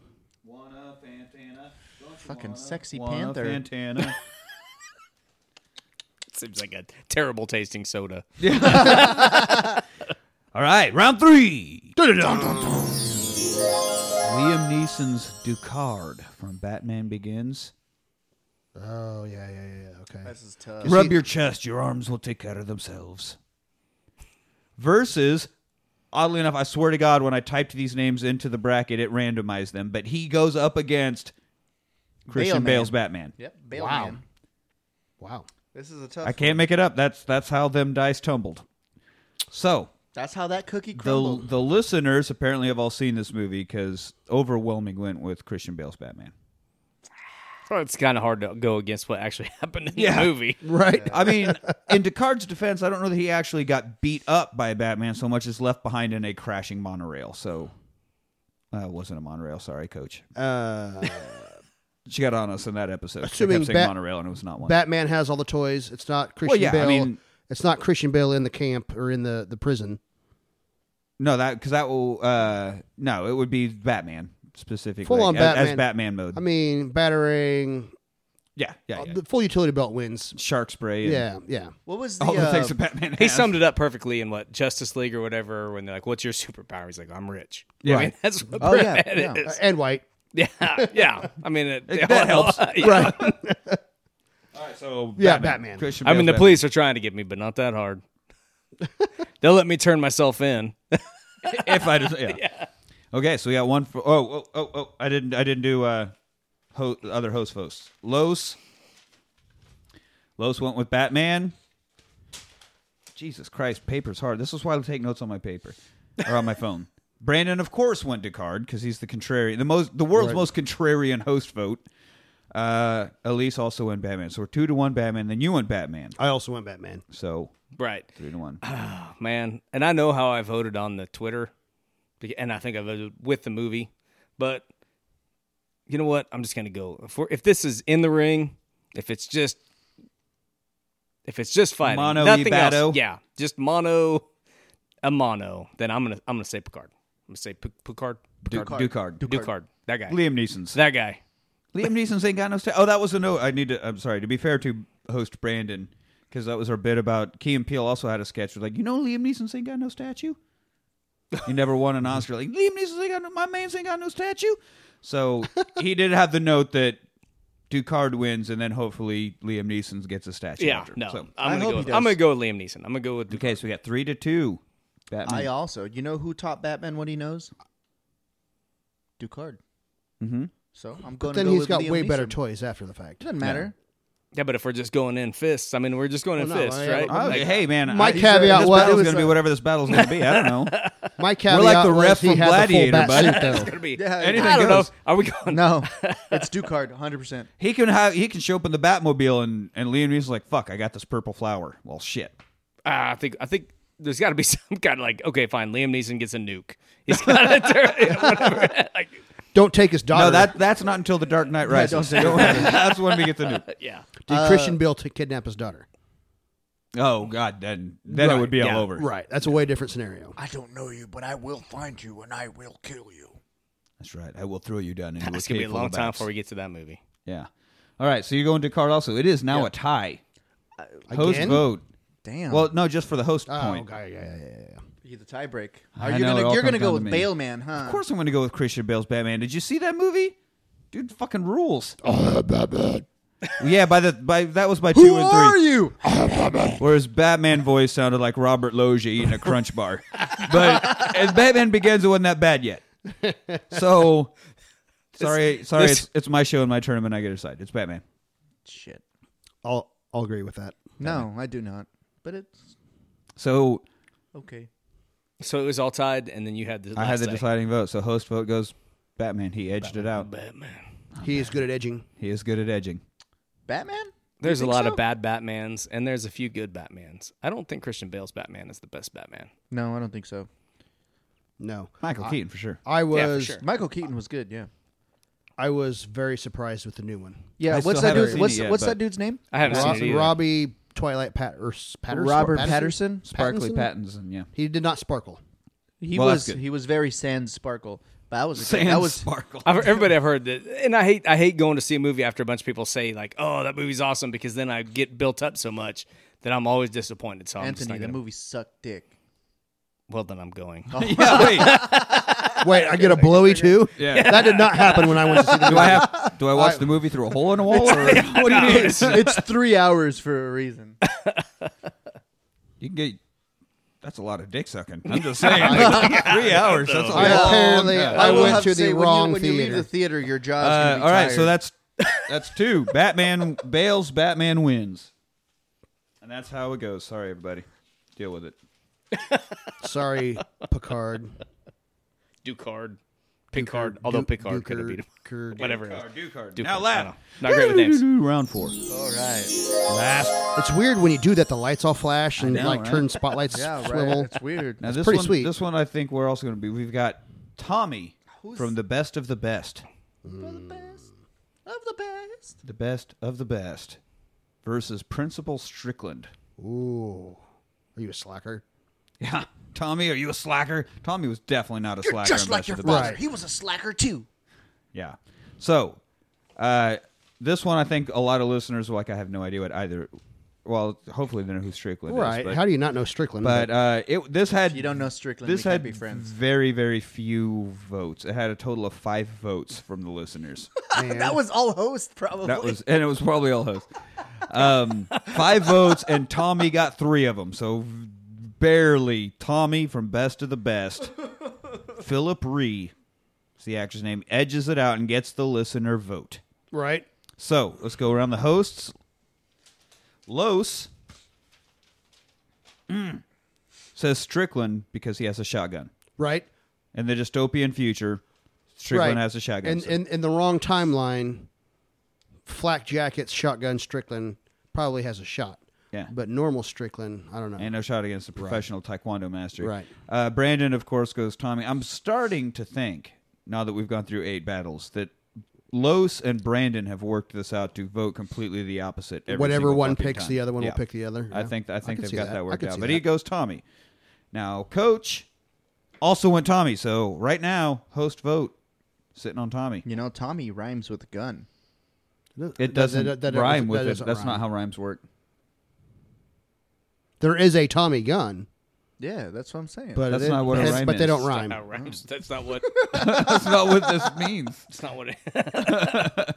[SPEAKER 2] Wanna Fantana, don't you
[SPEAKER 4] Fucking
[SPEAKER 2] wanna?
[SPEAKER 4] sexy
[SPEAKER 2] Wanna
[SPEAKER 4] panther.
[SPEAKER 2] Fantana.
[SPEAKER 5] Seems like a terrible tasting soda.
[SPEAKER 2] All right, round three. Liam Neeson's Ducard from Batman Begins.
[SPEAKER 3] Oh yeah, yeah, yeah, yeah. Okay.
[SPEAKER 4] This is tough.
[SPEAKER 2] Rub your chest, your arms will take care of themselves. Versus, oddly enough, I swear to God, when I typed these names into the bracket, it randomized them. But he goes up against Christian
[SPEAKER 4] Baleman.
[SPEAKER 2] Bale's Batman.
[SPEAKER 4] Yep. Bale
[SPEAKER 3] Wow.
[SPEAKER 4] Man.
[SPEAKER 3] wow.
[SPEAKER 4] This is a tough.
[SPEAKER 2] I can't make it up. That's that's how them dice tumbled. So
[SPEAKER 4] That's how that cookie
[SPEAKER 2] the
[SPEAKER 4] crumbled.
[SPEAKER 2] the listeners apparently have all seen this movie because overwhelming went with Christian Bale's Batman.
[SPEAKER 5] Well, it's kind of hard to go against what actually happened in
[SPEAKER 2] Yeah.
[SPEAKER 5] the movie.
[SPEAKER 3] Right.
[SPEAKER 2] I mean, in Descartes' defense, I don't know that he actually got beat up by Batman so much as left behind in a crashing monorail. So, uh, it wasn't a monorail. Sorry, Coach.
[SPEAKER 3] Uh,
[SPEAKER 2] She got on us in that episode. she
[SPEAKER 3] Assuming
[SPEAKER 2] kept saying
[SPEAKER 3] Bat-
[SPEAKER 2] monorail, and it was not one.
[SPEAKER 3] Batman has all the toys. It's not Christian
[SPEAKER 2] yeah, I
[SPEAKER 3] Bale.
[SPEAKER 2] mean-
[SPEAKER 3] it's not Christian Bale in the camp or in the, the prison.
[SPEAKER 2] no, that because that will. Uh, no, it would be Batman specifically,
[SPEAKER 3] Full on
[SPEAKER 2] as, as
[SPEAKER 3] Batman.
[SPEAKER 2] Batman mode.
[SPEAKER 3] I mean, battering
[SPEAKER 2] yeah, yeah,
[SPEAKER 3] uh,
[SPEAKER 2] yeah.
[SPEAKER 3] the full utility belt wins.
[SPEAKER 2] Shark spray. And
[SPEAKER 3] Yeah, yeah.
[SPEAKER 4] what was the?
[SPEAKER 2] all the
[SPEAKER 4] uh,
[SPEAKER 2] things that Batman.
[SPEAKER 5] He
[SPEAKER 2] has.
[SPEAKER 5] summed it up perfectly in what Justice League or whatever. When they're like, "What's your superpower?" He's like, "I'm rich." Yeah, I mean,
[SPEAKER 2] Right.
[SPEAKER 5] that's what
[SPEAKER 4] Oh, yeah,
[SPEAKER 5] Batman
[SPEAKER 4] yeah.
[SPEAKER 5] is.
[SPEAKER 3] Uh, And white.
[SPEAKER 5] Yeah, yeah. I mean, it,
[SPEAKER 2] that helps.
[SPEAKER 5] yeah.
[SPEAKER 3] Right.
[SPEAKER 2] All right, so
[SPEAKER 3] Yeah, Batman.
[SPEAKER 2] Christian
[SPEAKER 5] I mean, the
[SPEAKER 2] Bale's
[SPEAKER 5] police are trying to get me, but not that hard. They'll let me turn myself in.
[SPEAKER 2] Batman. if I just yeah. Okay, so we got one for oh oh oh, oh I didn't I didn't do uh ho- other host folks. Los Los went with Batman. Jesus Christ, paper's hard. This is why I take notes on my paper or on my phone. Brandon, of course, went to card because he's the contrarian, the most, the world's most contrarian host vote. Uh, Elise also went Batman, so we're two to one Batman. Then you went Batman,
[SPEAKER 3] I also went Batman.
[SPEAKER 2] so
[SPEAKER 5] Right.
[SPEAKER 2] three to one.
[SPEAKER 5] Oh, man. And I know how I voted on the Twitter, be- and I think I voted with the movie. But you know what? I'm just gonna go. If, we're, if this is in the ring, if it's just, if it's just fighting,
[SPEAKER 2] Mono
[SPEAKER 5] nothing
[SPEAKER 2] Ibado?
[SPEAKER 5] else. Yeah, just mono, a mono. Then I'm gonna I'm gonna say Picard. I'm gonna say Pic- Picard. Picard.
[SPEAKER 2] Ducard. Ducard.
[SPEAKER 5] Ducard. That guy.
[SPEAKER 2] Liam Neeson's.
[SPEAKER 5] That guy.
[SPEAKER 2] Liam Neeson's ain't got no sta- Oh, that was a note. I need to. I'm sorry. To be fair to host Brandon, because that was our bit about Key and Peele also had a sketch. where, Like, you know, Liam Neeson's ain't got no statue. He never won an Oscar. Like Liam Neeson's ain't got no. My man's ain't got no statue. So he did have the note that Ducard wins, and then hopefully Liam Neeson gets a statue.
[SPEAKER 5] Yeah.
[SPEAKER 2] after.
[SPEAKER 5] No.
[SPEAKER 2] So,
[SPEAKER 5] I'm
[SPEAKER 4] I
[SPEAKER 5] gonna
[SPEAKER 4] hope
[SPEAKER 5] go.
[SPEAKER 4] he
[SPEAKER 5] With,
[SPEAKER 4] does.
[SPEAKER 5] I'm gonna go with Liam Neeson. I'm gonna go with Ducard.
[SPEAKER 2] okay, so we got three to two.
[SPEAKER 4] I
[SPEAKER 2] Batman.
[SPEAKER 3] uh,
[SPEAKER 4] also, you know who taught Batman what he knows? Ducard.
[SPEAKER 2] Mhm.
[SPEAKER 4] So I'm going to
[SPEAKER 3] Then
[SPEAKER 4] go
[SPEAKER 3] he's
[SPEAKER 4] with
[SPEAKER 3] got
[SPEAKER 4] Liam
[SPEAKER 3] way better
[SPEAKER 4] Neeson.
[SPEAKER 3] toys after the fact.
[SPEAKER 4] Doesn't matter.
[SPEAKER 5] Yeah, but if we're just going in fists, I mean, we're just going in
[SPEAKER 3] Well, no,
[SPEAKER 5] fists,
[SPEAKER 3] I-
[SPEAKER 5] right?
[SPEAKER 2] Oh,
[SPEAKER 5] Like,
[SPEAKER 2] hey man,
[SPEAKER 3] My
[SPEAKER 2] I- this
[SPEAKER 3] caveat was-
[SPEAKER 2] battle's
[SPEAKER 3] it was,
[SPEAKER 2] gonna be
[SPEAKER 3] uh,
[SPEAKER 2] whatever this battle's gonna be. I don't know.
[SPEAKER 3] My caveat
[SPEAKER 2] the
[SPEAKER 3] was
[SPEAKER 2] ref
[SPEAKER 3] he
[SPEAKER 2] from
[SPEAKER 3] had
[SPEAKER 2] Gladiator,
[SPEAKER 3] the full
[SPEAKER 2] bud.
[SPEAKER 3] bat
[SPEAKER 5] It's
[SPEAKER 3] suit,
[SPEAKER 5] gonna
[SPEAKER 3] though.
[SPEAKER 5] be
[SPEAKER 4] Yeah,
[SPEAKER 5] anything.
[SPEAKER 4] anything
[SPEAKER 5] I don't
[SPEAKER 2] goes.
[SPEAKER 5] know. Are we going? Uh,
[SPEAKER 4] No, it's Ducard, 100%.
[SPEAKER 2] He can have he can show up in the Batmobile and and Liam Neeson's like fuck I got this purple flower. Well shit.
[SPEAKER 5] Ah, I think I think there's got to be some kind of like okay, fine. Liam Neeson gets a nuke. He's got to turn yeah, whatever. like,
[SPEAKER 3] Don't take his daughter.
[SPEAKER 2] No that that's not until the Dark Knight Rises. Don't worry. that's when we get the new.
[SPEAKER 5] yeah.
[SPEAKER 3] Did
[SPEAKER 2] uh,
[SPEAKER 3] Christian Bale to kidnap his daughter?
[SPEAKER 2] Oh god, then then it
[SPEAKER 5] Right,
[SPEAKER 2] would be
[SPEAKER 5] yeah.
[SPEAKER 2] all over.
[SPEAKER 3] Right. That's a way different scenario.
[SPEAKER 6] I don't know you, but I will find you and I will kill you.
[SPEAKER 2] That's right. I will throw you down into
[SPEAKER 5] It's gonna be a
[SPEAKER 2] cave full
[SPEAKER 5] long
[SPEAKER 2] of
[SPEAKER 5] time
[SPEAKER 2] bats.
[SPEAKER 5] before we get to that movie.
[SPEAKER 2] Yeah. All right, so you're going to card also. It is now a tie.
[SPEAKER 5] Uh,
[SPEAKER 2] host
[SPEAKER 3] Again?
[SPEAKER 2] vote.
[SPEAKER 5] Oh.
[SPEAKER 4] Damn.
[SPEAKER 2] Well, no, just for the host
[SPEAKER 3] Oh,
[SPEAKER 2] point.
[SPEAKER 3] okay, yeah, yeah, yeah, yeah.
[SPEAKER 4] you the tiebreak.
[SPEAKER 2] I
[SPEAKER 4] Are you
[SPEAKER 2] know, it
[SPEAKER 4] gonna,
[SPEAKER 2] all
[SPEAKER 4] you're going to
[SPEAKER 2] comes down
[SPEAKER 4] go
[SPEAKER 2] to
[SPEAKER 4] with
[SPEAKER 2] me.
[SPEAKER 4] Bale Man, huh?
[SPEAKER 2] Of course I'm going to go with Christian Bale's Batman. Did you see that movie? Dude fucking rules. yeah, by the by that was by 2
[SPEAKER 4] Who
[SPEAKER 2] and 3.
[SPEAKER 4] are you?
[SPEAKER 2] Whereas Batman voice sounded like Robert Loggia eating a crunch bar. But as Batman begins, it wasn't that bad yet. So sorry, sorry,
[SPEAKER 5] this-
[SPEAKER 2] it's, it's my show and my tournament. I get to decide. It's Batman.
[SPEAKER 4] Shit.
[SPEAKER 3] I'll I'll agree with that.
[SPEAKER 4] No, I do not. But it's
[SPEAKER 2] So
[SPEAKER 4] okay.
[SPEAKER 5] So it was all tied, and then you had the.
[SPEAKER 2] I had
[SPEAKER 5] last
[SPEAKER 2] the
[SPEAKER 5] say.
[SPEAKER 2] deciding vote. So host vote goes Batman. He edged it out.
[SPEAKER 5] Batman.
[SPEAKER 3] He is good at edging.
[SPEAKER 2] He is good at edging.
[SPEAKER 4] Batman?
[SPEAKER 5] There's a
[SPEAKER 4] think
[SPEAKER 5] lot
[SPEAKER 4] so?
[SPEAKER 5] of bad Batmans, and there's a few good Batmans. I don't think Christian Bale's Batman is the best Batman.
[SPEAKER 4] No, I don't think so.
[SPEAKER 3] No.
[SPEAKER 2] Michael Keaton for sure.
[SPEAKER 3] I was
[SPEAKER 5] Yeah, for sure.
[SPEAKER 4] Michael Keaton was good, yeah.
[SPEAKER 3] I was very surprised with the new one.
[SPEAKER 4] Yeah,
[SPEAKER 2] I still
[SPEAKER 4] what's that
[SPEAKER 2] haven't
[SPEAKER 4] dude's
[SPEAKER 2] seen it
[SPEAKER 4] what's,
[SPEAKER 2] yet,
[SPEAKER 4] what's
[SPEAKER 2] but-
[SPEAKER 4] that dude's name?
[SPEAKER 5] I haven't
[SPEAKER 3] Rob-
[SPEAKER 5] seen it either.
[SPEAKER 3] Robbie Twilight Pat or S- Patterson.
[SPEAKER 4] Robert Patterson?
[SPEAKER 2] Sparkly
[SPEAKER 3] Pattinson?
[SPEAKER 2] Pattinson. Yeah.
[SPEAKER 3] He did not sparkle.
[SPEAKER 4] He
[SPEAKER 2] Well, that's
[SPEAKER 4] was
[SPEAKER 2] good.
[SPEAKER 4] he was very sand sparkle. But that was a good,
[SPEAKER 2] Sans
[SPEAKER 4] that was
[SPEAKER 2] sparkle.
[SPEAKER 5] I've, everybody I've heard that, and I hate I hate going to see a movie after a bunch of people say like, "Oh, that movie's awesome," because then I get built up so much then I'm always disappointed. So I'm just
[SPEAKER 4] Anthony,
[SPEAKER 5] not
[SPEAKER 4] the
[SPEAKER 5] gonna-
[SPEAKER 4] movie sucked dick.
[SPEAKER 5] Well, then I'm going.
[SPEAKER 2] yeah, wait.
[SPEAKER 3] Wait, I get a blowy too?
[SPEAKER 2] Yeah.
[SPEAKER 3] That did not happen when I went to see the
[SPEAKER 2] Do I have? Do I watch the movie through a hole in a wall? Or what do you mean?
[SPEAKER 4] it's, it's three hours for a reason.
[SPEAKER 2] You can get. That's a lot of dick sucking. I'm just saying. like, three hours. That's a
[SPEAKER 3] I
[SPEAKER 2] long
[SPEAKER 3] apparently-
[SPEAKER 2] time.
[SPEAKER 3] I
[SPEAKER 4] will
[SPEAKER 3] went
[SPEAKER 4] have
[SPEAKER 3] to the
[SPEAKER 4] say, when you-
[SPEAKER 3] wrong
[SPEAKER 4] when you leave
[SPEAKER 3] theater.
[SPEAKER 4] the theater, your jaw's
[SPEAKER 2] Uh,
[SPEAKER 4] gonna be
[SPEAKER 2] all right, so
[SPEAKER 4] tired.
[SPEAKER 2] that's that's two. Batman bails. Batman wins, and that's how it goes. Sorry, everybody. Deal with it.
[SPEAKER 3] Sorry, Picard.
[SPEAKER 5] Ducard. Picard. although Picard could have beat him.
[SPEAKER 3] Picard.
[SPEAKER 5] Whatever.
[SPEAKER 2] Ducard.
[SPEAKER 5] Ducard,
[SPEAKER 2] Now
[SPEAKER 5] I know.
[SPEAKER 2] laugh.
[SPEAKER 5] Not great with names.
[SPEAKER 2] Round four.
[SPEAKER 4] all right.
[SPEAKER 3] It's weird when you do that. The lights all flash and
[SPEAKER 2] know,
[SPEAKER 3] like
[SPEAKER 2] right?
[SPEAKER 3] turn spotlights
[SPEAKER 4] Yeah,
[SPEAKER 3] swivel.
[SPEAKER 4] right. It's weird.
[SPEAKER 2] Now this
[SPEAKER 3] pretty
[SPEAKER 2] one,
[SPEAKER 3] sweet.
[SPEAKER 2] This one, I think we're also going to be. We've got Tommy from the best of the best, Hmm.
[SPEAKER 4] Of the best.
[SPEAKER 2] the best of the best, versus Principal Strickland.
[SPEAKER 3] Ooh, are you a slacker?
[SPEAKER 2] Yeah, Tommy, are you a slacker? Tommy was definitely not a
[SPEAKER 6] You're
[SPEAKER 2] slacker.
[SPEAKER 6] just
[SPEAKER 2] in
[SPEAKER 6] like
[SPEAKER 2] Best
[SPEAKER 6] your
[SPEAKER 2] of the
[SPEAKER 6] father.
[SPEAKER 2] Best.
[SPEAKER 6] He was a slacker too.
[SPEAKER 2] Yeah. So, uh, this one I think a lot of listeners like. I have no idea what either. Well, hopefully they know who Strickland
[SPEAKER 3] Right?
[SPEAKER 2] is. But,
[SPEAKER 3] How do you not know Strickland?
[SPEAKER 2] but uh, it this had
[SPEAKER 4] You don't know Strickland.
[SPEAKER 2] this
[SPEAKER 4] we
[SPEAKER 2] had
[SPEAKER 4] can't be friends.
[SPEAKER 2] very very few votes. It had a total of five votes from the listeners.
[SPEAKER 4] That was all host probably.
[SPEAKER 2] That was and it was probably all hosts. Um, five votes and Tommy got three of them. So barely Tommy from Best of the Best. Philip Ree, is the actor's name, edges it out and gets the listener vote.
[SPEAKER 3] right?
[SPEAKER 2] So let's go around the hosts. Los mm, says Strickland because he has a shotgun.
[SPEAKER 3] Right?
[SPEAKER 2] In the dystopian future, Strickland
[SPEAKER 3] right.
[SPEAKER 2] has a shotgun.
[SPEAKER 3] And
[SPEAKER 2] So-
[SPEAKER 3] in, in the wrong timeline, flak jackets, shotgun Strickland probably has a shot.
[SPEAKER 2] Yeah.
[SPEAKER 3] But normal Strickland, I don't know.
[SPEAKER 2] And no shot against a professional taekwondo master.
[SPEAKER 3] Right.
[SPEAKER 2] Uh, Brandon, of course, goes Tommy. I'm starting to think, now that we've gone through eight battles, that Los and Brandon have worked this out to vote completely the opposite. every
[SPEAKER 3] Whatever
[SPEAKER 2] single
[SPEAKER 3] one
[SPEAKER 2] fucking
[SPEAKER 3] picks,
[SPEAKER 2] time.
[SPEAKER 3] the other one will
[SPEAKER 2] Yeah.
[SPEAKER 3] pick the other.
[SPEAKER 2] I
[SPEAKER 3] Yeah.
[SPEAKER 2] think I think
[SPEAKER 3] can
[SPEAKER 2] they've
[SPEAKER 3] see
[SPEAKER 2] got
[SPEAKER 3] that.
[SPEAKER 2] that,
[SPEAKER 3] I
[SPEAKER 2] worked
[SPEAKER 3] can
[SPEAKER 2] out.
[SPEAKER 3] see
[SPEAKER 2] But he
[SPEAKER 3] that.
[SPEAKER 2] goes Tommy. Now, coach also went Tommy. So right now, host vote sitting on Tommy.
[SPEAKER 4] You know, Tommy rhymes with gun.
[SPEAKER 2] It
[SPEAKER 3] That-
[SPEAKER 2] doesn't
[SPEAKER 3] that- that- that
[SPEAKER 2] rhyme
[SPEAKER 3] doesn't-
[SPEAKER 2] with
[SPEAKER 3] that
[SPEAKER 2] it.
[SPEAKER 3] doesn't
[SPEAKER 2] That's not
[SPEAKER 3] rhyme.
[SPEAKER 2] how rhymes work.
[SPEAKER 3] There is a Tommy gun,
[SPEAKER 4] Yeah, that's what I'm saying.
[SPEAKER 3] but
[SPEAKER 2] That's
[SPEAKER 3] it-
[SPEAKER 2] not what a
[SPEAKER 3] but-
[SPEAKER 2] rhyme
[SPEAKER 3] But they
[SPEAKER 2] is.
[SPEAKER 3] don't
[SPEAKER 5] Not
[SPEAKER 3] rhyme.
[SPEAKER 5] how it rhymes. That's not what.
[SPEAKER 2] That's not what this means.
[SPEAKER 5] That's not what. It,